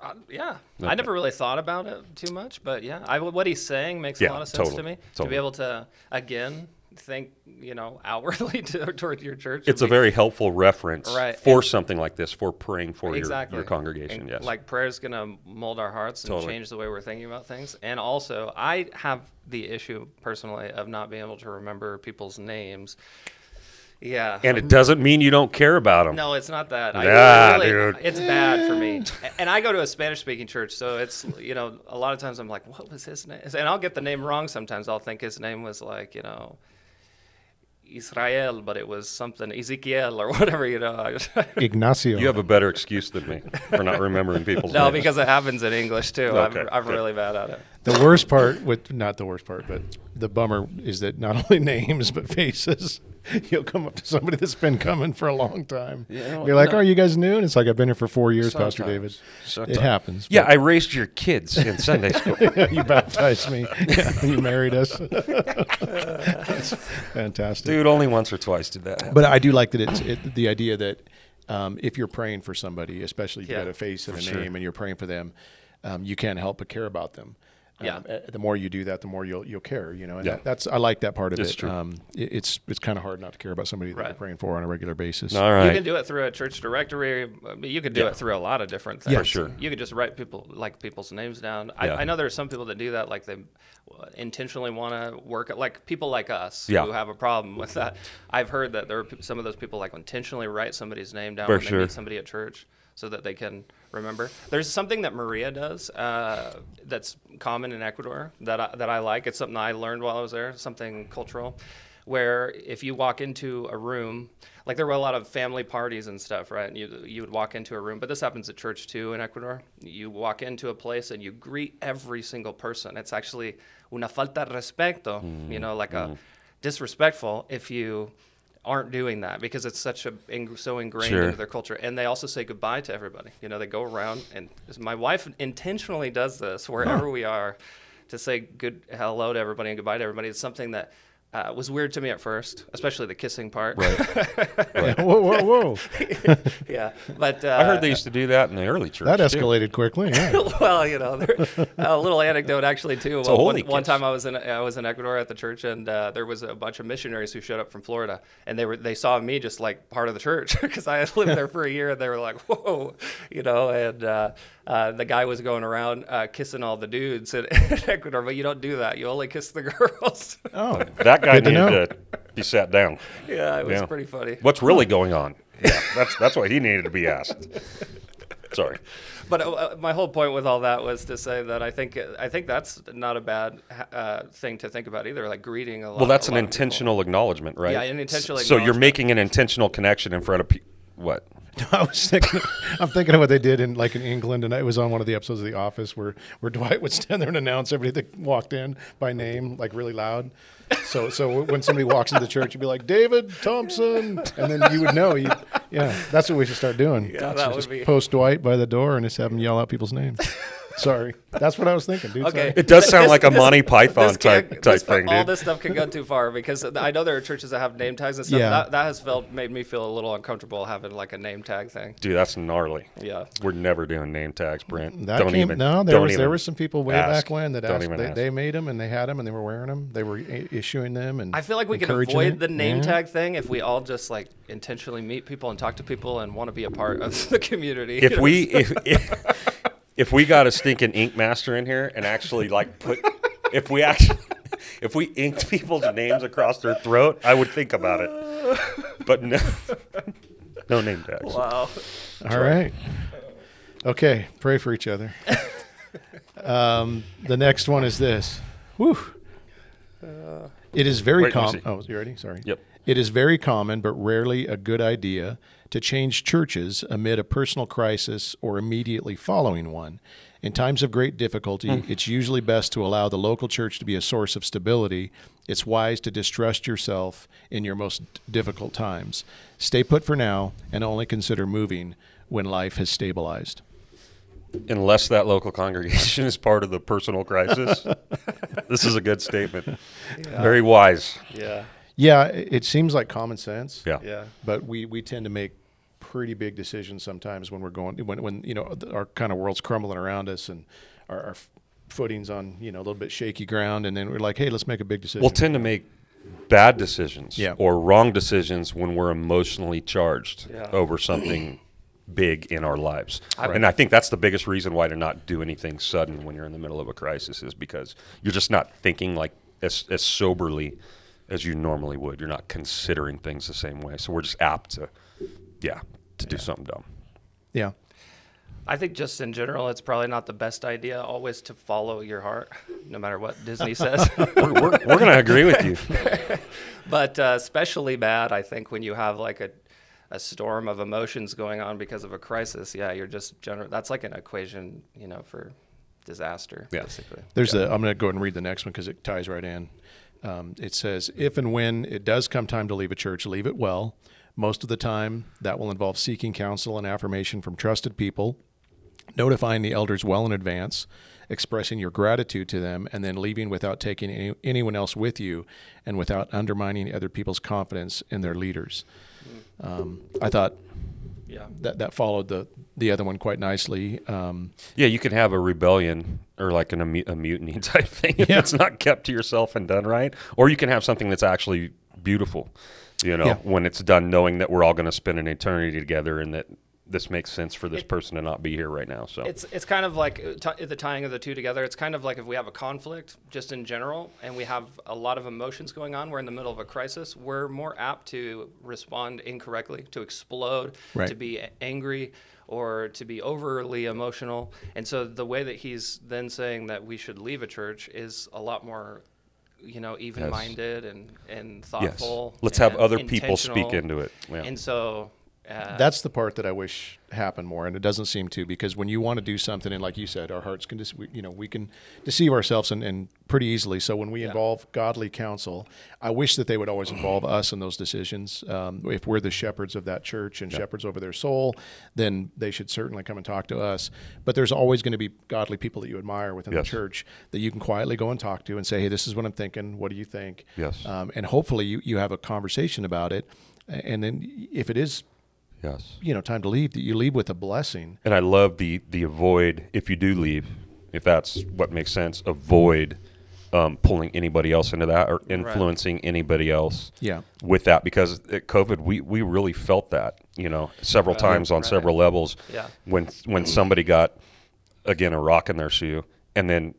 Uh, yeah. I never really thought about it too much, but yeah, I, what he's saying makes
Yeah,
a lot of sense
totally,
to me. To
totally.
be able to, again, think, you know, [laughs] outwardly to, toward your church. would
It's a
be-
very helpful reference
Right,
for something like this, for praying for
exactly.
your, your congregation.
And,
yes.
Like prayer's going to mold our hearts and
Totally.
change the way we're thinking about things. And also, I have the issue personally of not being able to remember people's names. Yeah.
And it doesn't mean you don't care about them.
No, it's not that. I
Yeah, dude.
It's bad for me. And I go to a Spanish-speaking church, so it's you know a lot of times I'm like, what was his name? And I'll get the name wrong sometimes. I'll think his name was like you know Israel, but it was something Ezekiel or [laughs] whatever. You know. I just-
Ignacio.
You have a better excuse than me for not remembering people's
[laughs] no,
names.
because it happens in English too.
Okay,
I'm, I'm
good.
really bad at it.
the worst part with not the worst part, but the bummer is that not only [laughs] names but faces. You'll come up to somebody that's been coming for a long time.
Yeah,
You're like,
no.
"Are you guys new?" And it's like, "I've been here for four years, Pastor David."
Sometimes.
It happens.
yeah, I raised your kids in Sunday school.
[laughs] but you baptized me. [laughs] you married us. [laughs] fantastic.
Dude, only once or twice did that happen.
But I do like that it's it, the idea that um, if you're praying for somebody, especially if you
Yeah,
got a face and a
sure.
name, and you're praying for them, um, you can't help but care about them.
Yeah.
Um, eh, the more you do that, the more you'll you'll care. You know, and
Yeah.
that, that's I like that part of
It's
it.
true.
Um, it- It's it's kind of hard not to care about somebody that you're
Right.
praying for on a regular basis.
All
You
right.
can do it through a church directory. but You could do
Yeah.
it through a lot of different things.
Yeah. For
sure.
You could just write people like people's names down. I,
Yeah.
I know there are some people that do that, like they uh, intentionally want to work. Like people like us
Yeah.
who have a problem with that. I've heard that there are peop- some of those people like intentionally write somebody's name down
For
when they
sure.
meet somebody at church so that they can remember. There's something that Maria does uh, that's common in Ecuador that I, that I like. It's something I learned while I was there, something cultural, where if you walk into a room, like there were a lot of family parties and stuff, right? And you you would walk into a room, but this happens at church too in Ecuador. You walk into a place and you greet every single person. It's actually una falta de respeto, you know, like a disrespectful if you aren't doing that because it's such a ing- so ingrained
Sure.
into their culture and they also say goodbye to everybody you know they go around and my wife intentionally does this wherever we are to say good hello to everybody and goodbye to everybody it's something that uh, was weird to me at first especially the kissing part right
[laughs] whoa, whoa, whoa!
[laughs] yeah but uh,
I heard they used to do that in the early church.
That
too.
escalated quickly. Yeah.
[laughs] well, you know, there, a little anecdote actually too.
a
One-
holy
one
kiss.
time I was in I was in Ecuador at the church, and uh, there was a bunch of missionaries who showed up from Florida, and they were they saw me just like part of the church [laughs] because I had lived there for a year, and they were like, "Whoa," you know. And uh, uh, the guy was going around uh, kissing all the dudes in, [laughs] in Ecuador, but you don't do that. You only kiss the [laughs] girls.
Oh,
That guy
Good to
needed
know.
to be sat down.
yeah, it was
Yeah.
pretty funny.
What's really going on? Yeah, that's that's why he needed to be asked. Sorry.
But uh, uh, my whole point with all that was to say that I think I think that's not a bad uh, thing to think about either, like greeting a lot.
Well, that's
a
an
lot of people.
intentional acknowledgement, right?
Yeah, an intentional
S- So you're
acknowledgement.
making an intentional connection in front of pe- what?
[laughs] I was thinking, I'm thinking of what they did in like in England, and it was on one of the episodes of The Office where where Dwight would stand there and announce everybody that walked in by name, like really loud. So so when somebody walks into the church, you'd be like David Thompson, and then you would know. You, yeah, that's what we should start doing. Yeah,
that would
just
be-
post Dwight by the door and just have him yell out people's
[laughs]
names. Sorry, that's what I was thinking, dude.
Okay.
Sorry.
It does
Th-
sound
this-
like a
this-
Monty Python
this can't-
type type
this-
thing,
All
dude.
this stuff can go too far because I know there are churches that have name tags and stuff.
Yeah.
That, that has felt made me feel a little uncomfortable having like a name tag thing.
Dude, that's gnarly.
Yeah.
We're never doing name tags, Brent.
That
don't
came,
even.
no, there
don't
was there
even
were some people way
ask.
back when that
Don't
asked,
even
they,
ask.
they made them and they had them and they were wearing them. They were i- issuing them and
I feel like we can
encouraging
avoid
it.
the name
Yeah.
tag thing if we all just like intentionally meet people and talk to people and want to be a part of [laughs] the community.
if we if, if if we got a stinking ink master in here and actually like put if we actually [laughs] if we inked people's names across their throat, I would think about it. But no, [laughs] no name tags.
[laughs] wow,
All right. Okay, pray for each
[laughs]
other. um, the next one is this. Whew. It is very
Wait, let me
common.
see.
Oh, you ready? Sorry.
Yep.
It is very common, but rarely a good idea, to change churches amid a personal crisis or immediately following one. In times of great difficulty,
Hmm.
it's usually best to allow the local church to be a source of stability. It's wise to distrust yourself in your most difficult times. Stay put for now and only consider moving when life has stabilized.
Unless that local congregation [laughs] is part of the personal crisis, this is a good statement. Very wise.
yeah,
Yeah, it it seems like common sense.
Yeah.
yeah,
but we, we tend to make pretty big decisions sometimes when we're going when, when you know th- our kind of world's crumbling around us and our, our f- footings on you know a little bit shaky ground and then we're like hey let's make a big decision
We'll tend to make bad decisions
Yeah.
or wrong decisions when we're emotionally charged
Yeah.
over something [clears throat] big in our lives. And I think that's the biggest reason why to not do anything sudden when you're in the middle of a crisis is because you're just not thinking like as, as soberly as you normally would. You're not considering things the same way. So we're just apt to, yeah, to do something dumb.
Yeah.
I think just in general, it's probably not the best idea always to follow your heart, no matter what Disney says. [laughs]
We're, we're, we're going to agree with [laughs] you.
but uh, especially bad, I think, when you have like a, a storm of emotions going on because of a crisis. Yeah, you're just general. That's like an equation, you know, for disaster.
Yeah.
Basically.
There's a. I'm going to go ahead and read the next one because it ties right in. Um, it says, if and when it does come time to leave a church, leave it well. Most of the time, that will involve seeking counsel and affirmation from trusted people, notifying the elders well in advance, expressing your gratitude to them, and then leaving without taking any, anyone else with you and without undermining other people's confidence in their leaders. Um, I thought
Yeah.
that that followed the the other one quite nicely. Um,
Yeah, you can have a rebellion or like an, a, mu- a mutiny [laughs] type thing if
Yeah.
it's not kept to yourself and done right. Or you can have something that's actually beautiful, you know,
Yeah.
when it's done knowing that we're all going to spend an eternity together and that this makes sense for this person to not be here right now. So
It's it's kind of like uh, ti the tying of the two together. It's kind of like if we have a conflict, just in general, and we have a lot of emotions going on. We're in the middle of a crisis. We're more apt to respond incorrectly, to explode,
Right.
to be a- angry, or to be overly emotional. And so the way that he's then saying that we should leave a church is a lot more. You know, even-minded and and thoughtful.
Let's have
and
other people speak
intentional.
into it. Yeah.
And so, uh,
that's the part that I wish happened more, and it doesn't seem to because when you want to do something, and like you said, our hearts can just, we- you know, we can deceive ourselves and, and pretty easily. So when we involve godly counsel, I wish that they would always involve us in those decisions. Um, if we're the shepherds of that church and shepherds over their soul, then they should certainly come and talk to us. But there's always going to be godly people that you admire within
Yes.
the church that you can quietly go and talk to and say, hey, this is what I'm thinking. What do you think?
Yes.
Um, and hopefully you, you have a conversation about it. A- And then if it is
yes.
you know time to leave that you leave with a blessing
And I love the the avoid if you do leave, if that's what makes sense, avoid um, pulling anybody else into that or influencing anybody else.
Yeah.
With that, because at COVID, we we really felt that you know several times on
right.
several levels.
Yeah.
When when somebody got again a rock in their shoe, and then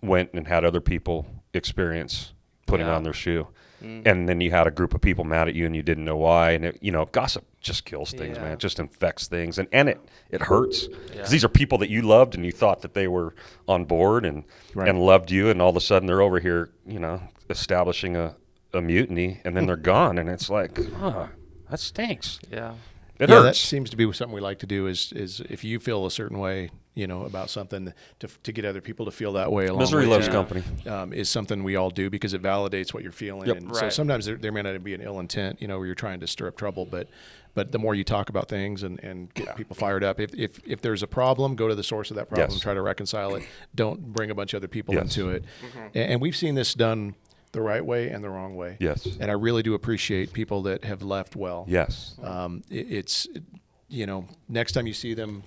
went and had other people experience putting
Yeah. Mm.
on their shoe. And then you had a group of people mad at you and you didn't know why. And, it, you know, gossip just kills things,
Yeah.
man. It just infects things. And, and it, it hurts. Because
Yeah.
these are people that you loved and you thought that they were on board and,
Right.
and loved you. And all of a sudden they're over here, you know, establishing a, a mutiny and
[laughs]
then they're gone. And it's like, huh, that stinks.
yeah,
It
yeah that
hurts.
seems to be something we like to do is is if you feel a certain way you know about something to, to get other people to feel that way along
Misery
with
loves
you,
company.
um, is something we all do because it validates what you're feeling
Yep.
and so
Right.
sometimes there, there may not be an ill intent you know where you're trying to stir up trouble but but the more you talk about things and, and get people fired up if, if if there's a problem go to the source of that problem
Yes.
try to reconcile it don't bring a bunch of other people
Yes. Mm-hmm.
into it and, and we've seen this done the right way and the wrong way
Yes.
and i really do appreciate people that have left well
Yes.
um, it, it's you know next time you see them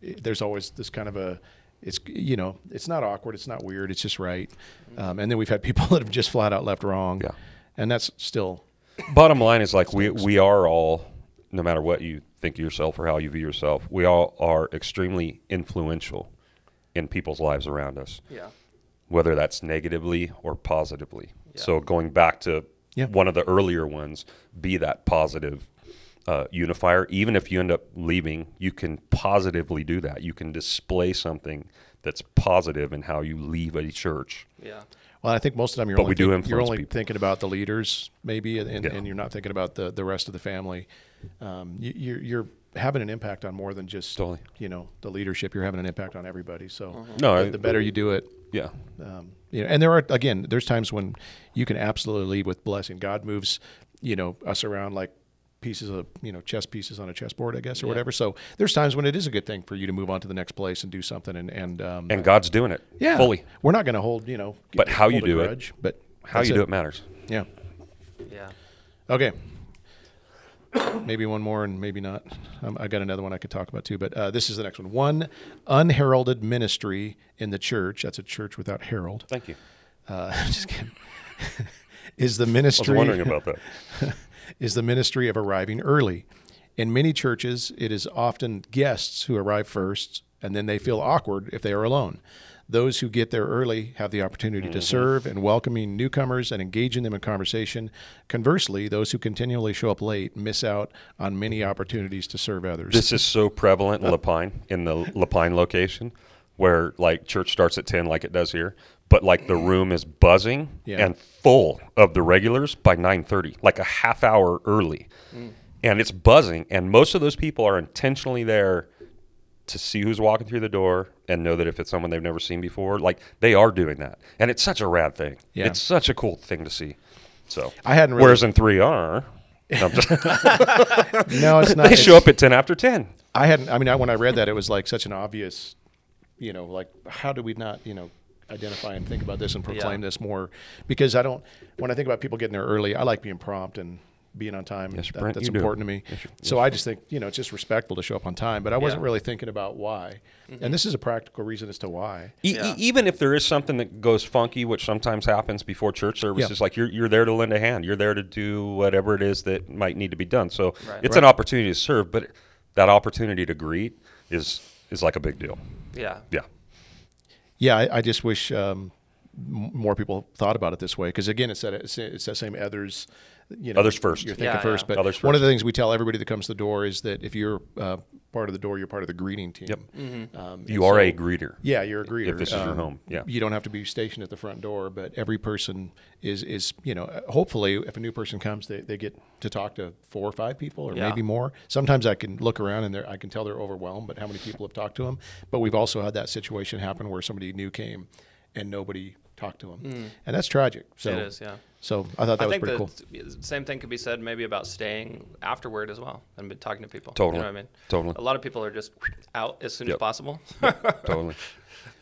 it, there's always this kind of a it's you know it's not awkward it's not weird it's just right um, and then we've had [laughs] people that have just flat out left wrong
Yeah.
and that's still
bottom line is like we we are all no matter what you think of yourself or how you view yourself we all are extremely influential in people's lives around us
yeah,
whether that's negatively or positively
Yeah.
so going back to
Yeah.
one of the earlier ones be that positive uh, unifier even if you end up leaving you can positively do that you can display something that's positive in how you leave a church
yeah.
well i think most of the time you're
But
only,
we do
think- you're
influence
only
people.
thinking about the leaders maybe and, and,
Yeah.
and you're not thinking about the, the rest of the family um, you, you're, you're having an impact on more than just
Totally.
you know the leadership you're having an impact on everybody so
No,
the,
I-
the better you do it
yeah
um, you know, and there are again, there's times when you can absolutely leave with blessing. God moves, you know, us around like pieces of you know chess pieces on a chessboard, I guess, or whatever. So there's times when it is a good thing for you to move on to the next place and do something, and and um,
and god's doing it
yeah,
fully
We're not going to hold you know,
But how you
hold a
do it.
grudge, but
how
that's
you do it matters
yeah,
Yeah.
okay. Maybe one more and maybe not. Um, I got another one I could talk about too, but uh, this is the next one. One unheralded ministry in the church. That's a church without herald.
thank you
uh, [laughs] just kidding. is the
i was
ministry
wondering about that
[laughs] is the ministry of arriving early. In many churches, it is often guests who arrive first, and then they feel awkward if they are alone. Those who get there early have the opportunity
Mm-hmm.
to serve and welcoming newcomers and engaging them in conversation. Conversely, those who continually show up late miss out on many opportunities to serve others.
This is so prevalent
Uh,
in Lapine, in the Lapine location, where like church starts at ten, like it does here, but like the room is buzzing
Yeah.
and full of the regulars by nine thirty, like a half hour early,
Mm.
and it's buzzing. And most of those people are intentionally there to see who's walking through the door and know that if it's someone they've never seen before, like they are doing that, and it's such a rad thing.
Yeah.
It's such a cool thing to see. So
I hadn't really-
Whereas in
[laughs]
three R, no, I'm just-
no, it's not.
[laughs] they show
it's-
up at ten after ten.
I hadn't. I mean, I, when I read that, it was like such an obvious, you know, like how do we not, you know, identify and think about this and proclaim
Yeah.
this more? Because I don't. When I think about people getting there early, I like being prompt and being on time.
Yes,
That-
Brent,
that's
you do.
important to me. so I just think you know it's just respectful to show up on time. But I wasn't
Yeah.
really thinking about why. And this is a practical reason as to why.
E- e-
Yeah.
even if there is something that goes funky, which sometimes happens before church services, like you're you're there to lend a hand, you're there to do whatever it is that might need to be done. So
Right.
it's an opportunity to serve, but that opportunity to greet is is like a big deal.
Yeah.
Yeah,
Yeah, I, I just wish um, m- more people thought about it this way because again, it's that it's, it's that same others, you know,
Others first.
You're thinking
Yeah,
first,
yeah.
but
Others
one of the things we tell everybody that comes to the door is that if you're uh, part of the door, you're part of the greeting team.
Yep.
Mm-hmm.
Um,
you
and
are
so-
a greeter.
Yeah, um, you're a greeter.
this is your home, yeah.
you don't have to be stationed at the front door, but every person is is you know. Hopefully, if a new person comes, they, they get to talk to four or five people, or
Yeah.
maybe more. Sometimes I can look around and they're- I can tell they're overwhelmed, but how many people have talked to them? But we've also had that situation happen where somebody new came, and nobody talked to them, and that's tragic. So
Hmm. It is, yeah.
So I thought that
I
was
think
pretty
the
cool.
same thing could be said maybe about staying afterward as well and be talking to people.
Totally.
You know what I mean?
Totally.
A lot of people are just out as soon as
Yep.
possible. [laughs]
totally.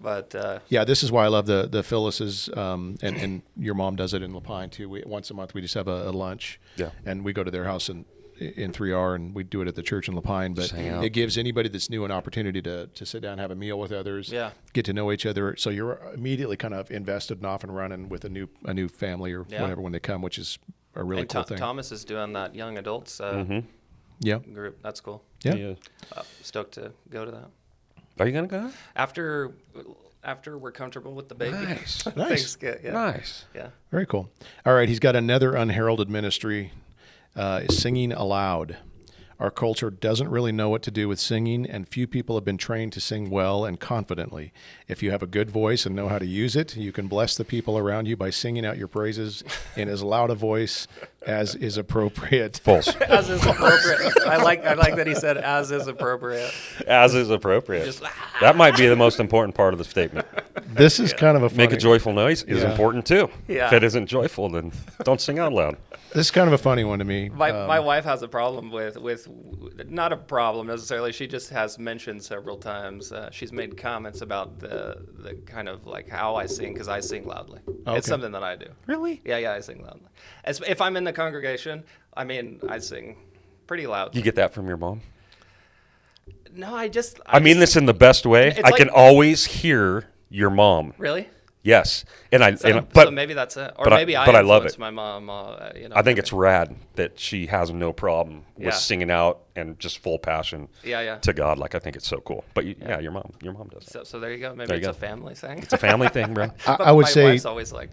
but uh,
Yeah, this is why I love the the Phyllis's, um, and and your mom does it in Lapine too. We, once a month, we just have a, a lunch,
Yeah.
and we go to their house in in 3R, and we do it at the church in Lapine. But
hang out.
it gives anybody that's new an opportunity to to sit down, have a meal with others,
Yeah.
get to know each other. So you're immediately kind of invested and off and running with a new a new family or
Yeah.
whatever when they come, which is a really
and
cool
Tho-
thing. Mm-hmm.
Thomas is doing that young adults uh,
yeah,
group. That's cool.
[laughs] yeah,
Uh, stoked to go to that.
Are you gonna go?
After after we're comfortable with the baby. [laughs]
Nice.
Nice.
Things get, yeah. [laughs]
Nice.
Yeah.
Very cool. All right, he's got another unheralded ministry, uh, is singing aloud. Our culture doesn't really know what to do with singing, and few people have been trained to sing well and confidently. If you have a good voice and know how to use it, you can bless the people around you by singing out your praises in as loud a voice as is appropriate.
False.
As is appropriate. I like I like that he said as is appropriate.
As is appropriate.
Just- "Ah."
that might be the most important part of the
[laughs]
statement.
This is kind of a funny,
Make a joyful noise is
Yeah.
important too.
Yeah.
If it isn't joyful, then don't sing out loud.
This is kind of a funny one to me.
My,
Um,
my wife has a problem with with not a problem necessarily. She just has mentioned several times. Uh, she's made comments about the the kind of like how I sing because I sing loudly.
Okay.
It's something that I do.
Really?
Yeah, yeah, I sing loudly. As, if I'm in the congregation, I mean, I sing pretty loud.
You get that from your mom?
no, I just.
I mean
just-
this in the best way.
It's
I can
like-
always hear your mom.
Really?
Yes, and I.
So,
and I- but
so maybe that's it, or
but I-
maybe I,
but I love
influence
it.
my mom. Uh, you know,
I think it's rad that she has no problem with
Yeah.
singing out and just full passion.
Yeah, yeah.
To God, like I think it's so cool. But you, yeah. your mom, your mom does. That.
So, so there you go. Maybe
There you
it's a
go.
family thing. [laughs]
It's a family thing,
[laughs]
bro.
I,
But
I would
my
say
wife's always like,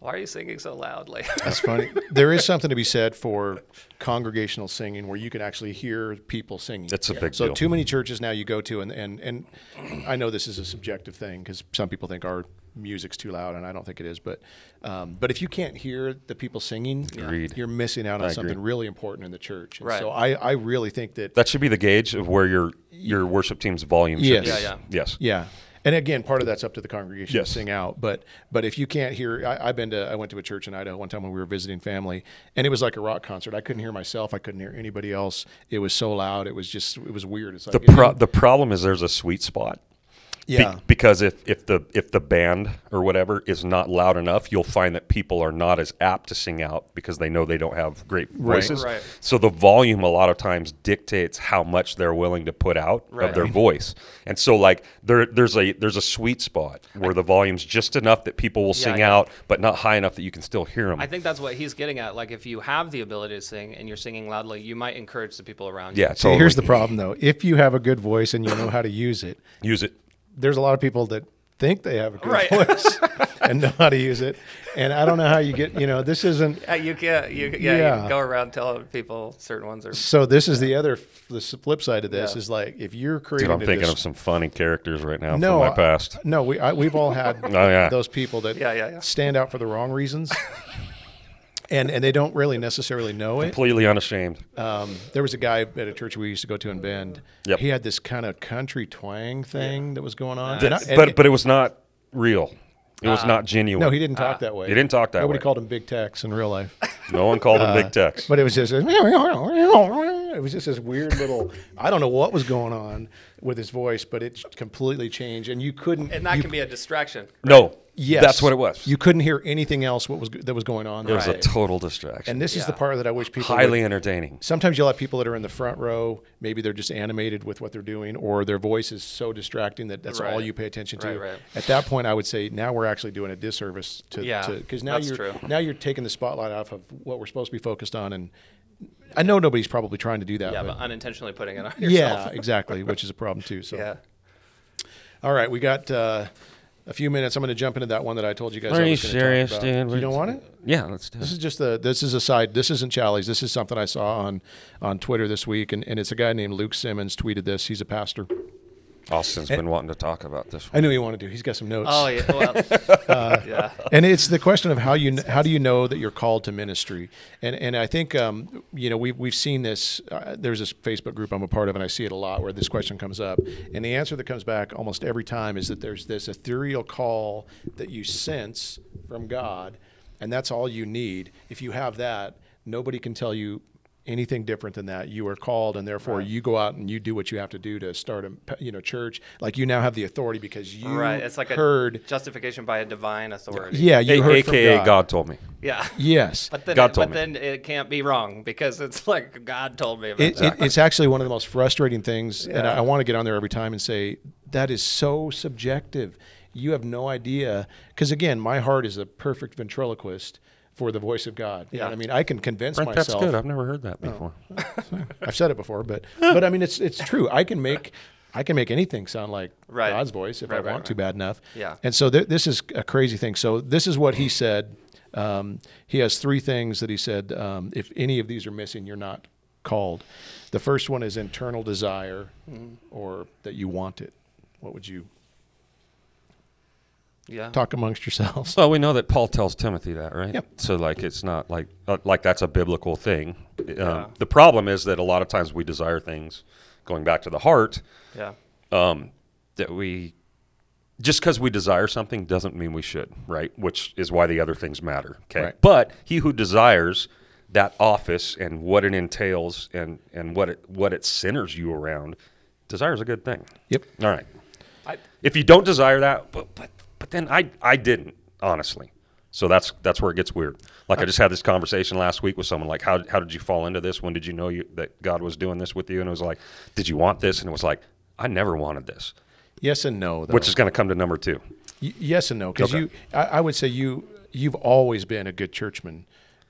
"Why are you singing so loudly?" [laughs]
That's funny. there is something to be said for congregational singing where you can actually hear people singing.
It's a big
so
deal.
too many churches now you go to and and and I know this is a subjective thing because some people think our music's too loud and I don't think it is, but um, but if you can't hear the people singing,
Agreed.
you're missing out on
agree.
something really important in the church. And
Right.
So I I really think that
That should be the gauge of where your your worship team's volume.
Yes.
Should be.
Yeah,
yeah.
Yes.
Yeah. And again, part of that's up to the congregation
Yes.
to sing out. But but if you can't hear, I, I've been to I went to a church in Idaho one time when we were visiting family, and it was like a rock concert. I couldn't hear myself. I couldn't hear anybody else. It was so loud. It was just it was weird. It's like
The pro- the problem is there's a sweet spot. Be-
yeah
because if, if the if the band or whatever is not loud enough, you'll find that people are not as apt to sing out because they know they don't have great
Right.
voices.
Right.
So the volume a lot of times dictates how much they're willing to put out
Right.
of their voice. And so like there there's a there's a sweet spot where the volume's just enough that people will sing
yeah.
out, but not high enough that you can still hear them.
I think that's what he's getting at. Like, if you have the ability to sing and you're singing loudly, you might encourage the people around you.
yeah.
See,
So
here's the problem though. If you have a good voice and you know how to use it,
use it.
there's a lot of people that think they have a good
Right.
voice [laughs] and know how to use it. And I don't know how you get, you know, this isn't.
Uh, you can't. You, yeah, you
Yeah.
can go around telling people certain ones are.
So this is the other, the flip side of this
Yeah.
is like if you're
Dude,
creating.
I'm
a
thinking
dis-
of some funny characters right now
no,
from my
I-
past. Oh,
No, we I, we've all
[laughs]
had
yeah.
those people that
Yeah, yeah, yeah.
stand out for the wrong
[laughs]
reasons, and and they don't really necessarily know it.
Completely unashamed.
Um, there was a guy at a church we used to go to in Bend.
Yep.
He had this kind of country twang thing that was going on. And I- and
but but it was not real. It
Uh,
was not genuine.
no, he didn't
Ah.
talk that way.
He didn't talk that
Nobody
way.
called him Big Tex in real life.
No one called him
Uh,
Big Tex.
But it was just this, [laughs] it was just this weird little I don't know what was going on with his voice, but it completely changed, and you couldn't.
And that
you,
can be a distraction.
No.
yes,
That's what it was.
You couldn't hear anything else what was that was going on.
it was a
Right.
total distraction.
and this is the
Yeah.
part that I wish people would-
Highly entertaining.
Sometimes you'll have people that are in the front row. Maybe they're just animated with what they're doing, or their voice is so distracting that that's all
Right.
you pay attention to.
Right, right.
At that point, I would say now we're actually doing a disservice to
Yeah,
because now
that's
you're
true.
now you're taking the spotlight off of what we're supposed to be focused on. And I know nobody's probably trying to do that.
Yeah,
but-
but unintentionally putting it on
yeah, [laughs]
yourself.
exactly, which is a problem too. So,
Yeah.
all right, we got. Uh, a few minutes. I'm going to jump into that one that I told you guys.
Are
I
you
was gonna talk
serious,
about.
dude?
You don't want it?
Yeah, let's do
This
it.
is just the. This is a side. This isn't Charlie's. This is something I saw on on Twitter this week, and, and it's a guy named Luke Simmons tweeted this. He's a pastor.
Austin's been wanting to talk about this
I
one.
knew he wanted to. He's got some notes.
Oh yeah. Well,
[laughs]
Uh,
yeah.
And it's the question of how you kn- how do you know that you're called to ministry? And and I think um, you know we've we've seen this. Uh, there's this Facebook group I'm a part of, and I see it a lot where this question comes up, and the answer that comes back almost every time is that there's this ethereal call that you sense from God, and that's all you need. If you have that, nobody can tell you anything different than that you are called and therefore you go out and you do what you have to do to start a you know church like you now have the authority because you
Right. It's like
heard
a justification by a divine authority.
yeah you
A-
heard from
AKA God told me.
Yeah.
Yes.
[laughs] But then,
God told
but
me.
then it can't be wrong because it's like God told me about
It,
that.
it, it's actually one of the most frustrating things, and I, I want to get on there every time and say that is so subjective. You have no idea, because again, my heart is a perfect ventriloquist for the voice of God. You know
Yeah.
what I mean, I can convince
Brent, that's
myself. Oh.
good. I've never heard
[laughs]
that before.
I've said it before, but but I mean, it's it's true. I can make I can make anything sound like
Right.
God's voice if I
Right, right,
want to bad enough.
Yeah.
And so th- this is a crazy thing. So this is what he said. Um, he has three things that he said. Um, if any of these are missing, you're not called. The first one is internal desire,
Mm-hmm.
or that you want it. What would you
yeah.
talk amongst yourselves? [laughs]
So we know that Paul tells Timothy that, right?
Yep.
So like it's not like uh, like that's a biblical thing. Um, The problem is that a lot of times we desire things, going back to the heart,
Yeah.
um, that we just because we desire something doesn't mean we should, right? Which is why the other things matter. Okay.
Right.
But he who desires that office and what it entails and and what it what it centers you around desires a good thing.
Yep.
All right.
I,
If you don't desire that, but but but then I I didn't honestly. So that's that's where it gets weird. Like I just had this conversation last week with someone. Like how how did you fall into this? When did you know you, that God was doing this with you? And it was like, did you want this? And it was like, I never wanted this.
Yes and no. Though.
Which is going to come to number two.
Y- yes and no, because
Okay.
you, I, I would say you, you've always been a good churchman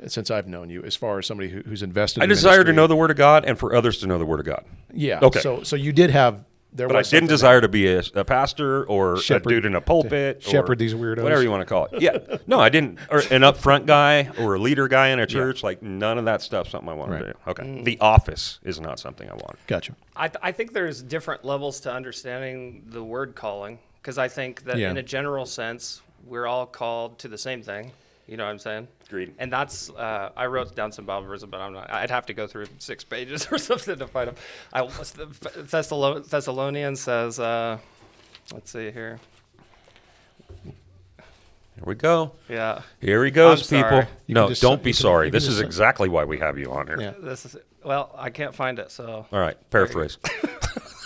since I've known you, as far as somebody who, who's invested.
I
in
desire to
ministry.
know the Word of God and for others to know the Word of God.
Yeah.
Okay.
So, so you did have there,
But I
was
didn't
something-
desire to be a, a pastor or
Shepherd-
a dude in a pulpit.
to shepherd
or
these weirdos.
Whatever you want to call
[laughs]
it. Yeah. No, I didn't. Or an upfront guy or a leader guy in a church. Like none of that stuff. Something I wanted to
Right.
do. Okay. The office is not something I wanted.
Gotcha.
I, th- I think there's different levels to understanding the word calling because I think that
Yeah.
in a general sense, we're all called to the same thing. You know what I'm saying?
Agreed.
And that's uh, I wrote down some Bible verses, but I'm not. I'd have to go through six pages [laughs] or something to find them. I, what's the- Thessalon- Thessalonians says, uh, let's see here.
Here we go.
Yeah,
Here he goes,
I'm sorry.
people.
You
No,
can just-
don't be
you can-
sorry.
you can
This is
just-
exactly why we have you on here.
Yeah.
this is well, I can't find it, so
All right. Paraphrase.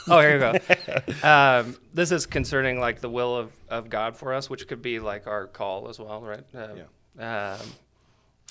oh, here you go. [laughs] Um, this is concerning like the will of, of God for us, which could be like our call as well, right? Um, um,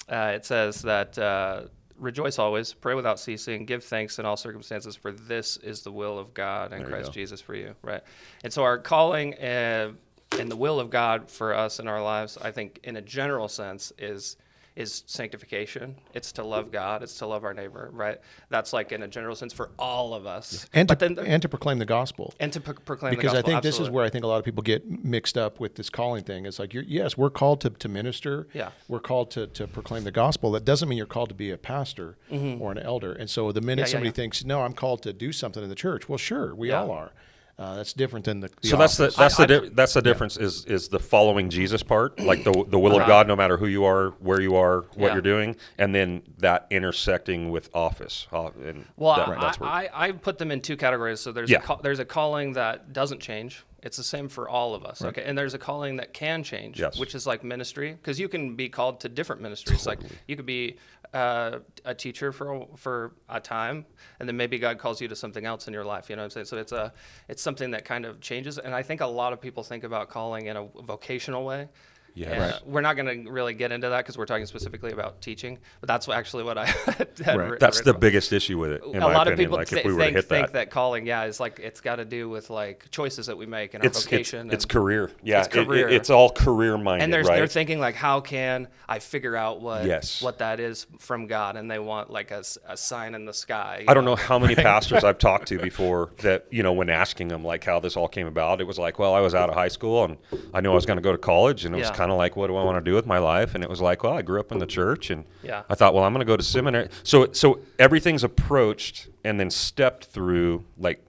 uh, it says that uh, rejoice always, pray without ceasing, give thanks in all circumstances, for this is the will of God and
There you
Christ
go.
Jesus for you, right? And so our calling uh, and the will of God for us in our lives, I think, in a general sense, is is sanctification. It's to love God. It's to love our neighbor. Right. That's like in a general sense for all of us.
and to,
But then the-
and to proclaim the gospel.
and to pro- proclaim
because
the
I
gospel.
think this is
absolutely.
where I think a lot of people get mixed up with this calling thing. It's like, you're, yes, we're called to, to minister.
Yeah.
We're called to, to proclaim the gospel. That doesn't mean you're called to be a pastor or an elder. And so the minute
Mm-hmm. Yeah, yeah,
somebody
yeah.
thinks, no, I'm called to do something in the church, well, sure, we
Yeah.
all are. Uh, that's different than the. the
So that's the
office.
that's
I-
the di- that's the difference is is the following Jesus part, like the the will of
Uh-huh.
God, no matter who you are, where you are, what
Yeah.
you're doing, and then that intersecting with office. off- And
Well,
that-
I,
that's where-
I, I put them in two categories. So there's
Yeah.
a call there's a calling that doesn't change. It's the same for all of us. Okay, and there's a calling that can change,
Yes.
which is like ministry, because you can be called to different ministries. Like you could be uh, a teacher for a, for a time, and then maybe God calls you to something else in your life. You know what I'm saying? So it's a it's something that kind of changes. And I think a lot of people think about calling in a vocational way.
Yes.
And,
Right.
uh, We're not going to really get into that because we're talking specifically about teaching, but that's actually what I [laughs] had written-
that's the
written.
biggest issue with it. In
a
my
lot
opinion.
of people
like
thi-
if we were
think,
to hit
think
that,
that calling, yeah, is like it's got to do with like choices that we make and our
it's, it's
vocation.
it's
and,
career. Yeah,
it's
it- it-
career.
it's all career minded.
and there's
right?
they're thinking like, how can I figure out what
Yes.
what that is from God? And they want like a, s- a sign in the sky. you
I don't know how
[laughs]
many pastors I've talked to before that, you know, when asking them like how this all came about, it was like, well, I was out of high school and I knew I was going to go to college and it was
Yeah.
kind of like, what do I want to do with my life? And it was like, well, I grew up in the church and
Yeah.
I thought, well, I'm going to go to seminary. So, so everything's approached and then stepped through, like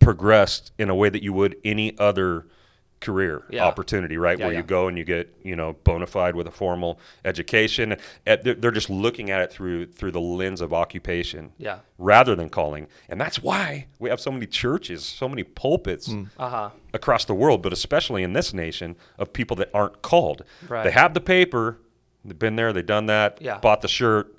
progressed in a way that you would any other career
Yeah.
opportunity, right?
Yeah,
Where you
yeah.
go go and you get you know bona fide with a formal education. At, they're, they're just looking at it through through the lens of occupation,
Yeah.
rather than calling. And that's why we have so many churches, so many pulpits
Uh-huh.
across the world, but especially in this nation of people that aren't called.
Right.
They have the paper, they've been there, they've done that,
Yeah.
bought the shirt,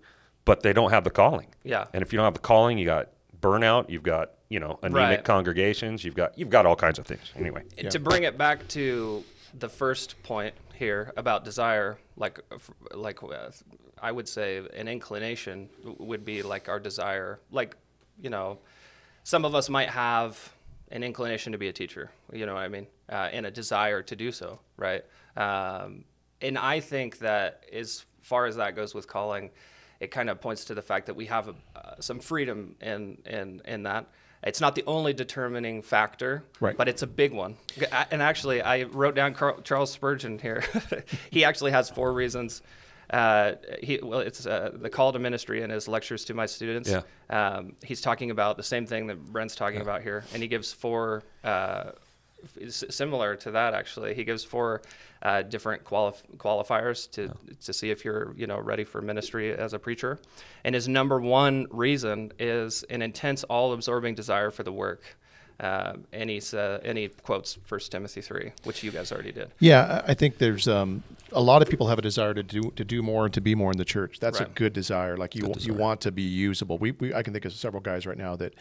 but they don't have the calling.
Yeah.
And if you don't have the calling, you got burnout, you've got you know anemic
Right.
congregations, you've got you've got all kinds of things. Anyway.
to bring it back to the first point here about desire like uh, f- like uh, i would say an inclination w- would be like our desire like you know some of us might have an inclination to be a teacher you know what i mean uh, and a desire to do so right um, and i think that as far as that goes with calling it kind of points to the fact that we have uh, some freedom in, in, in that it's not the only determining factor
Right.
but it's a big one. G- I- And actually, I wrote down Carl, Charles Spurgeon here. [laughs] he actually has four reasons. Uh, he, well, it's uh, the call to ministry in his lectures to my students.
Yeah.
Um, he's talking about the same thing that Brent's talking about here, and he gives four. Uh, s- similar to that actually he gives four uh, different qualif- qualifiers to to see if you're you know ready for ministry as a preacher and his number one reason is an intense all-absorbing desire for the work um, and he's uh, and he quotes First Timothy three, which you guys already did.
Yeah, I I think there's um, a lot of people have a desire to do to do more and to be more in the church. That's a
Right.
good desire. Like you, you want to be usable. We, we, I can think of several guys right now that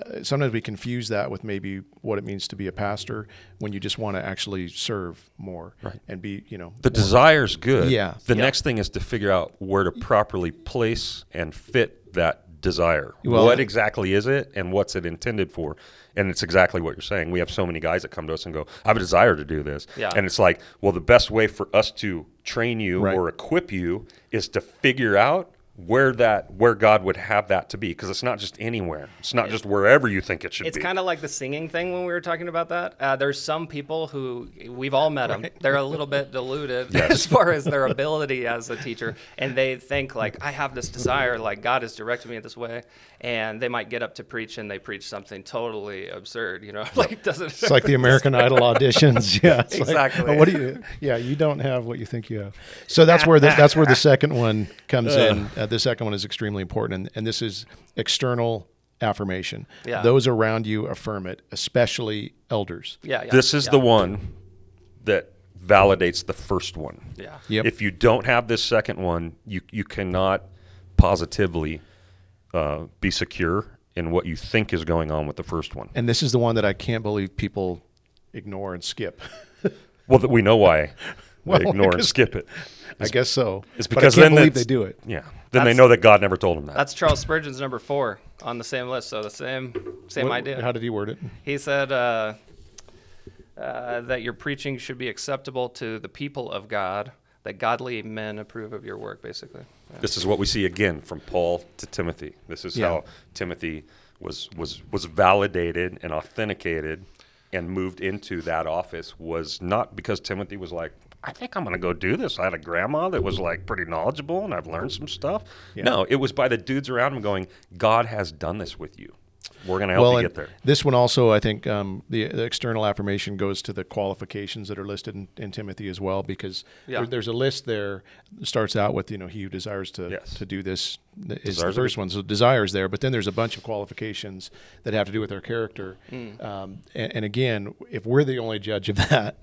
uh, sometimes we confuse that with maybe what it means to be a pastor when you just want to actually serve more and be, you know,
The desire's good.
Yeah.
The
Yeah.
next thing is to figure out where to properly place and fit that desire.
Well-
what exactly is it and what's it intended for? And it's exactly what you're saying. We have so many guys that come to us and go, I have a desire to do this.
Yeah.
And it's like, well, the best way for us to train you
Right.
or equip you is to figure out where that where God would have that to be. Because it's not just anywhere. It's not just wherever you think it should
It's
be.
kind of like the singing thing when we were talking about that. Uh, there's some people who we've all met them. They're a little bit deluded as far as their ability as a teacher, and they think like, I have this desire, like God has directed me this way, and they might get up to preach and they preach something totally absurd. You know, [laughs] like doesn't.
It's like the American Idol auditions. [laughs] Yeah, it's like,
Exactly.
"Oh, what do you? Yeah, you don't have what you think you have. So that's where the, that's where the second one comes in. Uh, the second one is extremely important, and, and this is external affirmation.
Yeah.
Those around you affirm it, especially elders.
yeah, yeah,
this is
yeah,
the one that validates the first one.
Yeah.
Yep.
If you don't have this second one, you you cannot positively uh, be secure in what you think is going on with the first one.
And this is the one that I can't believe people ignore and skip.
Well, that we know why.
[laughs] Well,
they ignore and
because-
skip it.
I guess so.
It's
But
because
I can't
then
believe they
that's-
do it.
Yeah. Then they
That's-
know that God never told them that.
That's Charles Spurgeon's number four on the same list. So the same same
What-
idea.
How did he word it?
He said uh, uh, that your preaching should be acceptable to the people of God, that godly men approve of your work, basically. Yeah.
This is what we see again from Paul to Timothy. This is
Yeah.
how Timothy was was was validated and authenticated and moved into that office was not because Timothy was like, I think I'm going to go do this. I had a grandma that was like pretty knowledgeable and I've learned some stuff. No, it was by the dudes around him going, God has done this with you. We're going to help you
and
get there.
This one also, I think, um, the, the external affirmation goes to the qualifications that are listed in, in Timothy as well, because
Yeah.
there- there's a list there. that Starts out with you know he who desires to
Yes.
to do this is
Desires
the
are
first one. So desires there, but then there's a bunch of qualifications that have to do with their character.
Hmm.
Um, and, and again, if we're the only judge of [laughs] that.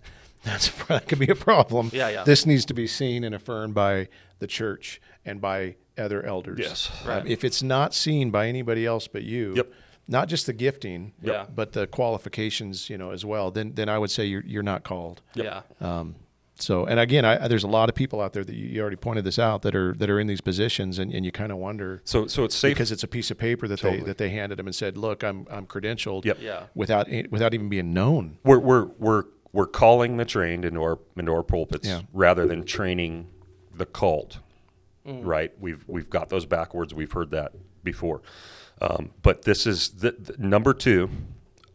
That's, that could be a problem.
Yeah, yeah.
This needs to be seen and affirmed by the church and by other elders.
Yes.
Um,
Right.
if it's not seen by anybody else but you,
Yep.
not just the gifting,
Yeah.
but the qualifications, you know, as well, then then I would say you're you're not called.
Yeah.
Um, so, and again, I, there's a lot of people out there that you, you already pointed this out that are that are in these positions, and, and you kind of wonder
So so it's safe
because it's a piece of paper that they
Totally.
that they handed them and said, "Look, I'm I'm credentialed."
Yep.
Yeah.
Without without even being known.
we're we're we're we're calling the trained into our into our pulpits
Yeah.
rather than training the cult, right? We've we've got those backwards. We've heard that before, um, but this is the, the number two.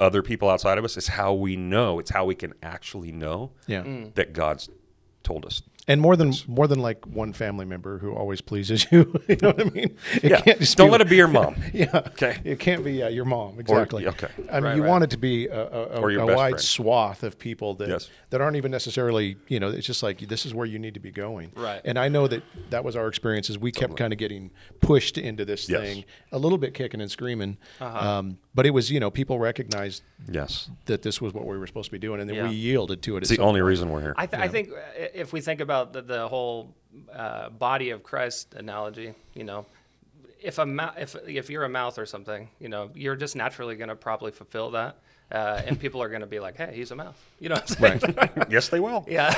Other people outside of us is how we know. It's how we can actually know
Yeah.
that God's told us.
And more than more than like one family member who always pleases [laughs] you. you know what I mean? It
Yeah,
can't [laughs] just
don't
be-
let it be your mom.
[laughs] Yeah.
Okay.
It can't be uh, your mom exactly.
okay.
I mean,
Right,
you
right.
want it to be a, a, a,
Or your
a
best
wide
friend.
swath of people that
Yes.
that aren't even necessarily you know. It's just like this is where you need to be going.
Right.
And I know that that was our experience. Is we kept kind of getting pushed into this
Yes.
thing a little bit, kicking and screaming.
Uh-huh.
Um, but it was you know people recognized
Yes,
that this was what we were supposed to be doing, and then
Yeah.
we yielded to it.
it's the only reason we're here.
I, th- I think uh, if we think about the, the whole uh, body of Christ analogy, you know, if a mou- if if you're a mouth or something, you know, you're just naturally going to probably fulfill that, uh, and people are going to be like, "Hey, he's a mouth," you know what I'm saying? [laughs]
yes, they will.
Yeah,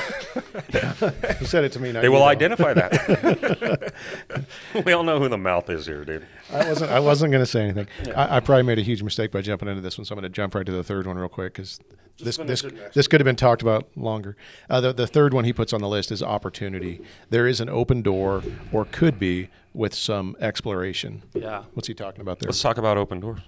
You said it to me. not
They
you,
will
though.
identify that.
[laughs]
[laughs] we all know who the mouth is here, dude.
I wasn't. I wasn't going to say anything. I, I probably made a huge mistake by jumping into this one, so I'm going to jump right to the third one real quick because this
finish
this
it next.
this could have been talked about longer. Uh, the the third one he puts on the list is opportunity. There is an open door, or could be, with some exploration.
yeah.
What's he talking about there? [laughs]
Let's talk about open doors.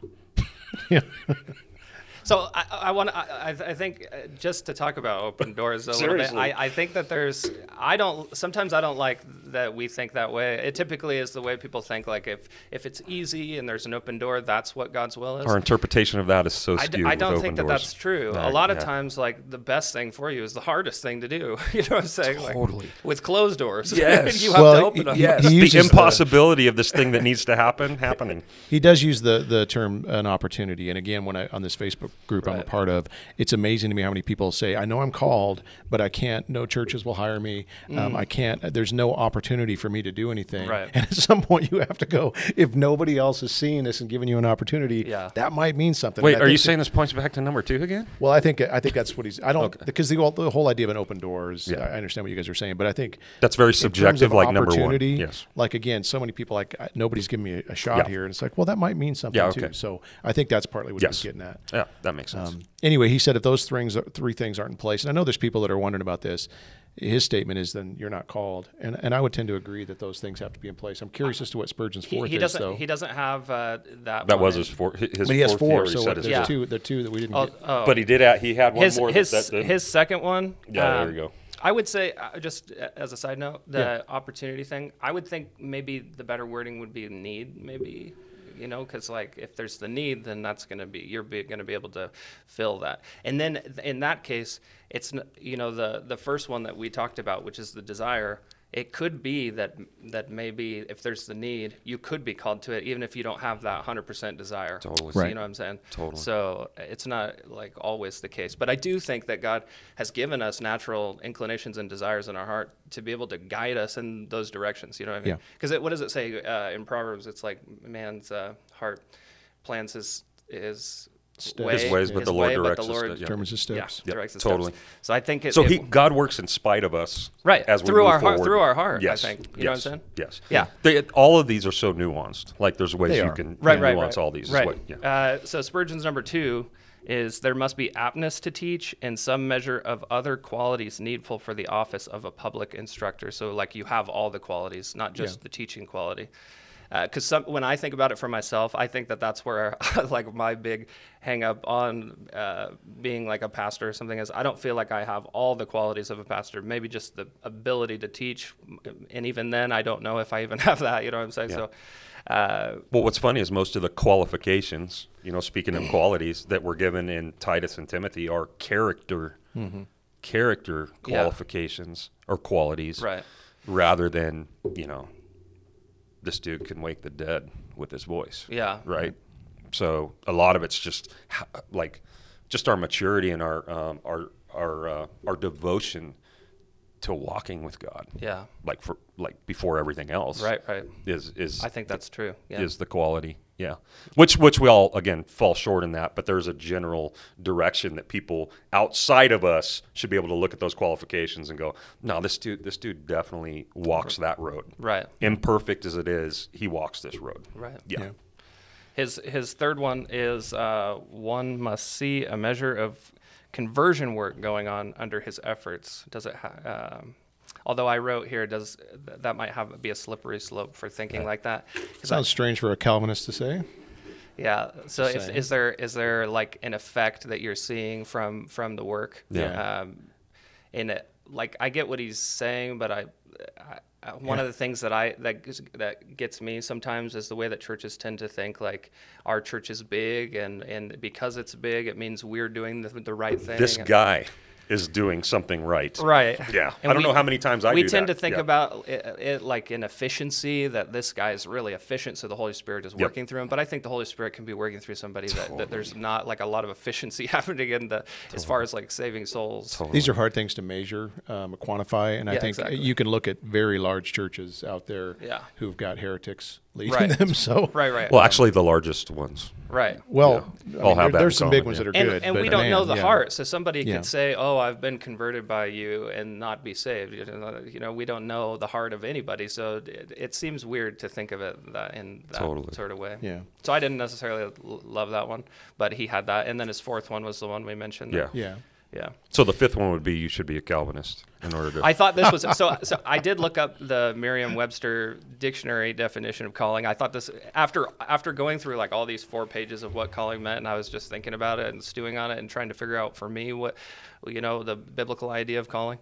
So I, I want to. I, I I think uh, just to talk about open doors a little bit.
Seriously.
I, I think that there's. I don't. Sometimes I don't like that we think that way. It typically is the way people think. Like if if it's easy and there's an open door, that's what God's will is.
Our interpretation of that is so
I, d-
skewed.
I
with
don't
open
think that
doors.
that's true.
Yeah,
a lot of
yeah.
times, like the best thing for you is the hardest thing to do. [laughs] you know what I'm saying? Like,
Totally.
with closed doors, [laughs]
Yes.
you have to
Well,
open them.
y- yes. He
the
uses the-
impossibility of this thing that needs to happen happening.
He does use the the term an opportunity, and again, when I on this Facebook group I'm a
Right.
part of, it's amazing to me how many people say, "I know I'm called, but I can't. No churches will hire me.
Mm.
Um, I can't. There's no opportunity for me to do anything."
Right.
And [laughs] at some point, you have to go. If nobody else is seeing this and giving you an opportunity,
Yeah.
that might mean something.
[laughs] Wait,
And I
are you
think that-
saying this points back to number two again?
well, I think I think that's what he's. I don't because the, whole- the whole idea of an open door is.
Yeah.
I understand what you guys are saying, but I think
That's very
in terms
subjective,
of
like number one.
opportunity,
Yes.
Like again, so many people like I- nobody's giving me a, a shot
Yeah.
here, and it's like, well, that might mean something
Yeah, okay.
too. So I think that's partly what
Yes.
he's getting at.
Yeah, that makes sense.
Um, anyway, he said if those things, three things aren't in place, and I know there's people that are wondering about this. His statement is then you're not called, and and I would tend to agree that those things have to be in place. I'm curious as to what Spurgeon's
He,
fourth
he
is,
doesn't.
though.
He doesn't have uh,
that
that. one
was
in-
his four. His
but he has
fourth
four,
theory
so
said
there's
his
yeah.
fourth.
two. The two that we didn't.
Oh,
get.
oh.
But he did. Add, he had one
his
more. that-
his
that, did-
his second one. um,
Yeah, there you go.
I would say uh, just uh, as a side note, the opportunity thing. I would think maybe the better wording would be need, maybe. You know, because like if there's the need, then that's gonna be you're be, gonna be able to fill that. And then th- in that case, it's n- you know the the first one that we talked about, which is the desire. It could be that that maybe if there's the need, you could be called to it, even if you don't have that 100% desire.
Totally.
So,
Right.
You know what I'm saying?
Totally.
So uh, it's not like always the case, but I do think that God has given us natural inclinations and desires in our heart to be able to guide us in those directions. You know what I mean?
Yeah.
Because what does it say uh, in Proverbs? It's like man's uh, heart plans his his, way,
His ways, but the Lord directs his steps, yeah.
Determines his
yeah,
steps.
Yep,
directs his
totally.
steps. So I think it,
so
it-
he God works in spite of us,
Right,
As we
through
move
our heart-
forward.
through our heart, I
Yes.
think. You know what I'm
yes,
saying?
Yes.
Yeah.
They, all of these are so nuanced. Like there's ways
They
you
are.
can
right,
you
right,
nuance
right.
all these. is
Right.
what- yeah.
uh, so Spurgeon's number two is there must be aptness to teach and some measure of other qualities needful for the office of a public instructor. So like you have all the qualities, not just the teaching quality. Because some when I think about it for myself, I think that that's where [laughs] like my big hang up on uh, being like a pastor or something is I don't feel like I have all the qualities of a pastor. Maybe just the ability to teach, and even then, I don't know if I even [laughs] have that. You know what I'm saying? So. Uh,
Well, what's funny is most of the qualifications, you know, speaking of qualities that were given in Titus and Timothy are character, character
Mm-hmm. Yeah.
qualifications or qualities,
Right.
Rather than you know, this dude can wake the dead with his voice,
Yeah.
right. So a lot of it's just ho- like just our maturity and our um, our our uh, our devotion to walking with God,
Yeah.
like for like before everything else,
Right, right.
Is is
I think that's true. Yeah.
is the quality. Yeah. Which which we all again fall short in that, but there's a general direction that people outside of us should be able to look at those qualifications and go, "No, this dude this dude definitely walks that road."
Right.
Imperfect as it is, he walks this road.
Right.
Yeah.
Yeah.
His his third one is uh, one must see a measure of conversion work going on under his efforts. Does it? Ha- um, although I wrote here, does th- that might have be a slippery slope for thinking like that? 'Cause I-
Sounds strange for a Calvinist to say.
yeah. So if,
Same.
is there is there like an effect that you're seeing from from the work?
Yeah.
Um, in it, like I get what he's saying, but I, I I- one of the things that I that gets- that gets me sometimes is the way that churches tend to think like our church is big and and because it's big it means we're doing the, the right thing.
This
and-
guy is doing something right.
Right.
Yeah.
And
I don't
we-
know how many times I
we
do
tend
that.
to think
Yeah.
about it, it like an efficiency that this guy is really efficient, so the Holy Spirit is working through him. But I think the Holy Spirit can be working through somebody that, that there's not like a lot of efficiency [laughs] happening in the as far as like saving souls.
These are hard things to measure, um, quantify, and I
Yeah,
think
exactly.
you can look at very large churches out there
Yeah.
who've got heretics leading
Right.
them. [laughs] So,
Right, right,
Well, actually the largest ones.
right.
well,
Yeah.
I
All
mean,
have
there-
that
there's
in
some
common,
big ones
yeah.
that are
and,
good,
and
but
we don't
man,
know the
yeah.
heart so somebody
Yeah.
could say oh i've been converted by you and not be saved you know, you know we don't know the heart of anybody so it, it seems weird to think of it that in that
Totally.
sort of way
Yeah.
so i didn't necessarily l- love that one but he had that and then his fourth one was the one we mentioned
Yeah.
Yeah,
yeah
So the fifth one would be you should be a Calvinist in order to
I thought this was so. So I did look up the Merriam-Webster dictionary definition of calling. I thought this after after going through like all these four pages of what calling meant, and I was just thinking about it and stewing on it and trying to figure out for me what, you know, the biblical idea of calling.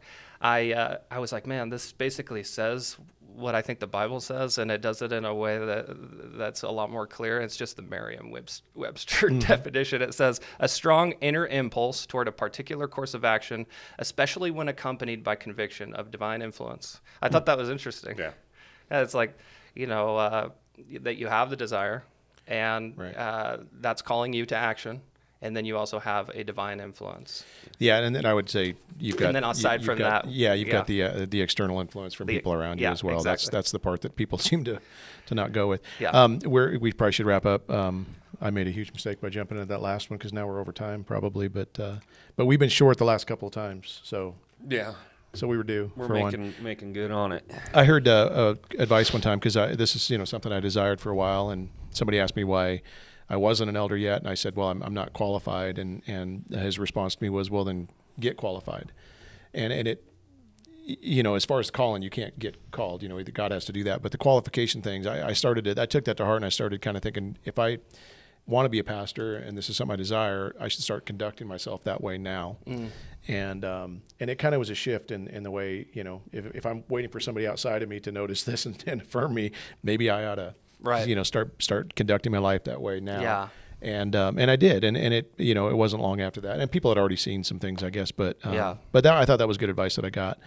I uh, I was like, man, this basically says what I think the Bible says, and it does it in a way that that's a lot more clear. It's just the Merriam-Webster definition. It says a strong inner impulse toward a particular course of action, especially when accompanied by conviction of divine influence. I thought that was interesting.
Yeah.
And it's like you know uh, that you have the desire, and
Right.
uh, that's calling you to action, and then you also have a divine influence.
yeah, and then I would say you've got.
then aside
you've
from
got-
that,
yeah, you've got the
yeah.
uh, the external influence from
The-
people around you
yeah,
as well. That's
exactly.
that's the part that people [laughs] seem to to not go with.
Yeah.
um, we're, we probably should wrap up. Um, I made a huge mistake by jumping into that last one because now we're over time probably, but uh, but we've been short the last couple of times, so
Yeah.
so we were due
We're
for one.
making making good on it.
I heard uh, uh, advice one time because this is you know something I desired for a while, and somebody asked me why I wasn't an elder yet, and I said, "Well, I'm, I'm not qualified," and and his response to me was, "Well, then get qualified," and and it y- you know as far as calling you can't get called you know either god has to do that but the qualification things i, I started to i took that to heart and i started kind of thinking if i want to be a pastor and this is something i desire i should start conducting myself that way now
Mm.
and um, and it kind of was a shift in, in the way you know if, if i'm waiting for somebody outside of me to notice [laughs] this and, and affirm me maybe i ought to
Right.
you know start start conducting my life that way now
Yeah.
and um, and I did, and, and it you know it wasn't long after that, and people had already seen some things, I guess, but um,
Yeah.
but that I thought that was good advice that I got.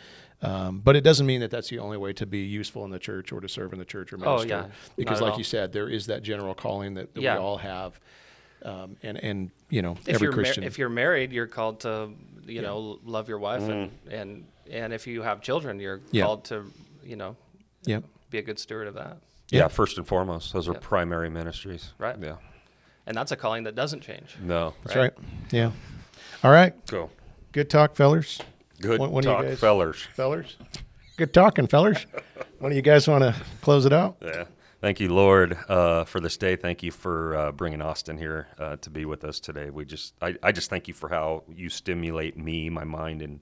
Um, but it doesn't mean that that's the only way to be useful in the church or to serve in the church or minister,
Oh, yeah. Not
because
at
like
all.
you said, there is that general calling that, that
Yeah.
we all have, um, and and you know
if
every
you're mar-
Christian.
if you're married, you're called to, you know, l- love your wife, and, and and if you have children, you're
Mm-hmm. Yeah.
called to, you know,
yeah,
be a good steward of that.
Yeah,
Yeah.
first and foremost, those are primary ministries.
Right.
Yeah.
And that's a calling that doesn't change.
No.
that's right. Yeah. All right.
Go.
Good talk, fellers.
Good
One- one of you
talk,
guys-
fellers.
Fellers. Good talking, fellers. One of you guys want to close it out?
Yeah. Thank you, Lord, uh, for this day. Thank you for uh, bringing Austin here uh, to be with us today. We just, I, I just thank you for how you stimulate me, my mind, and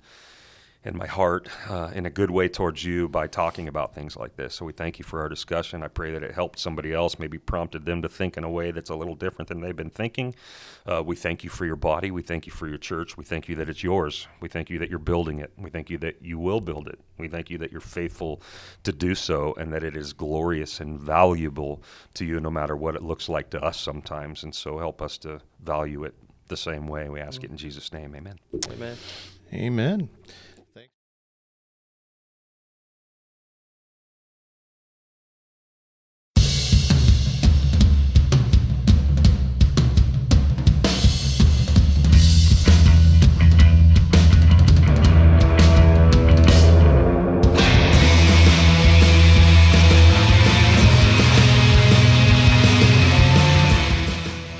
and my heart uh, in a good way towards you by talking about things like this. So we thank you for our discussion. I pray that it helped somebody else, maybe prompted them to think in a way that's a little different than they've been thinking. Uh, we thank you for your body. We thank you for your church. We thank you that it's yours. We thank you that you're building it. We thank you that you will build it. We thank you that you're faithful to do so and that it is glorious and valuable to you no matter what it looks like to us sometimes. And so help us to value it the same way. We ask it in Jesus' name. Amen.
Amen.
Amen.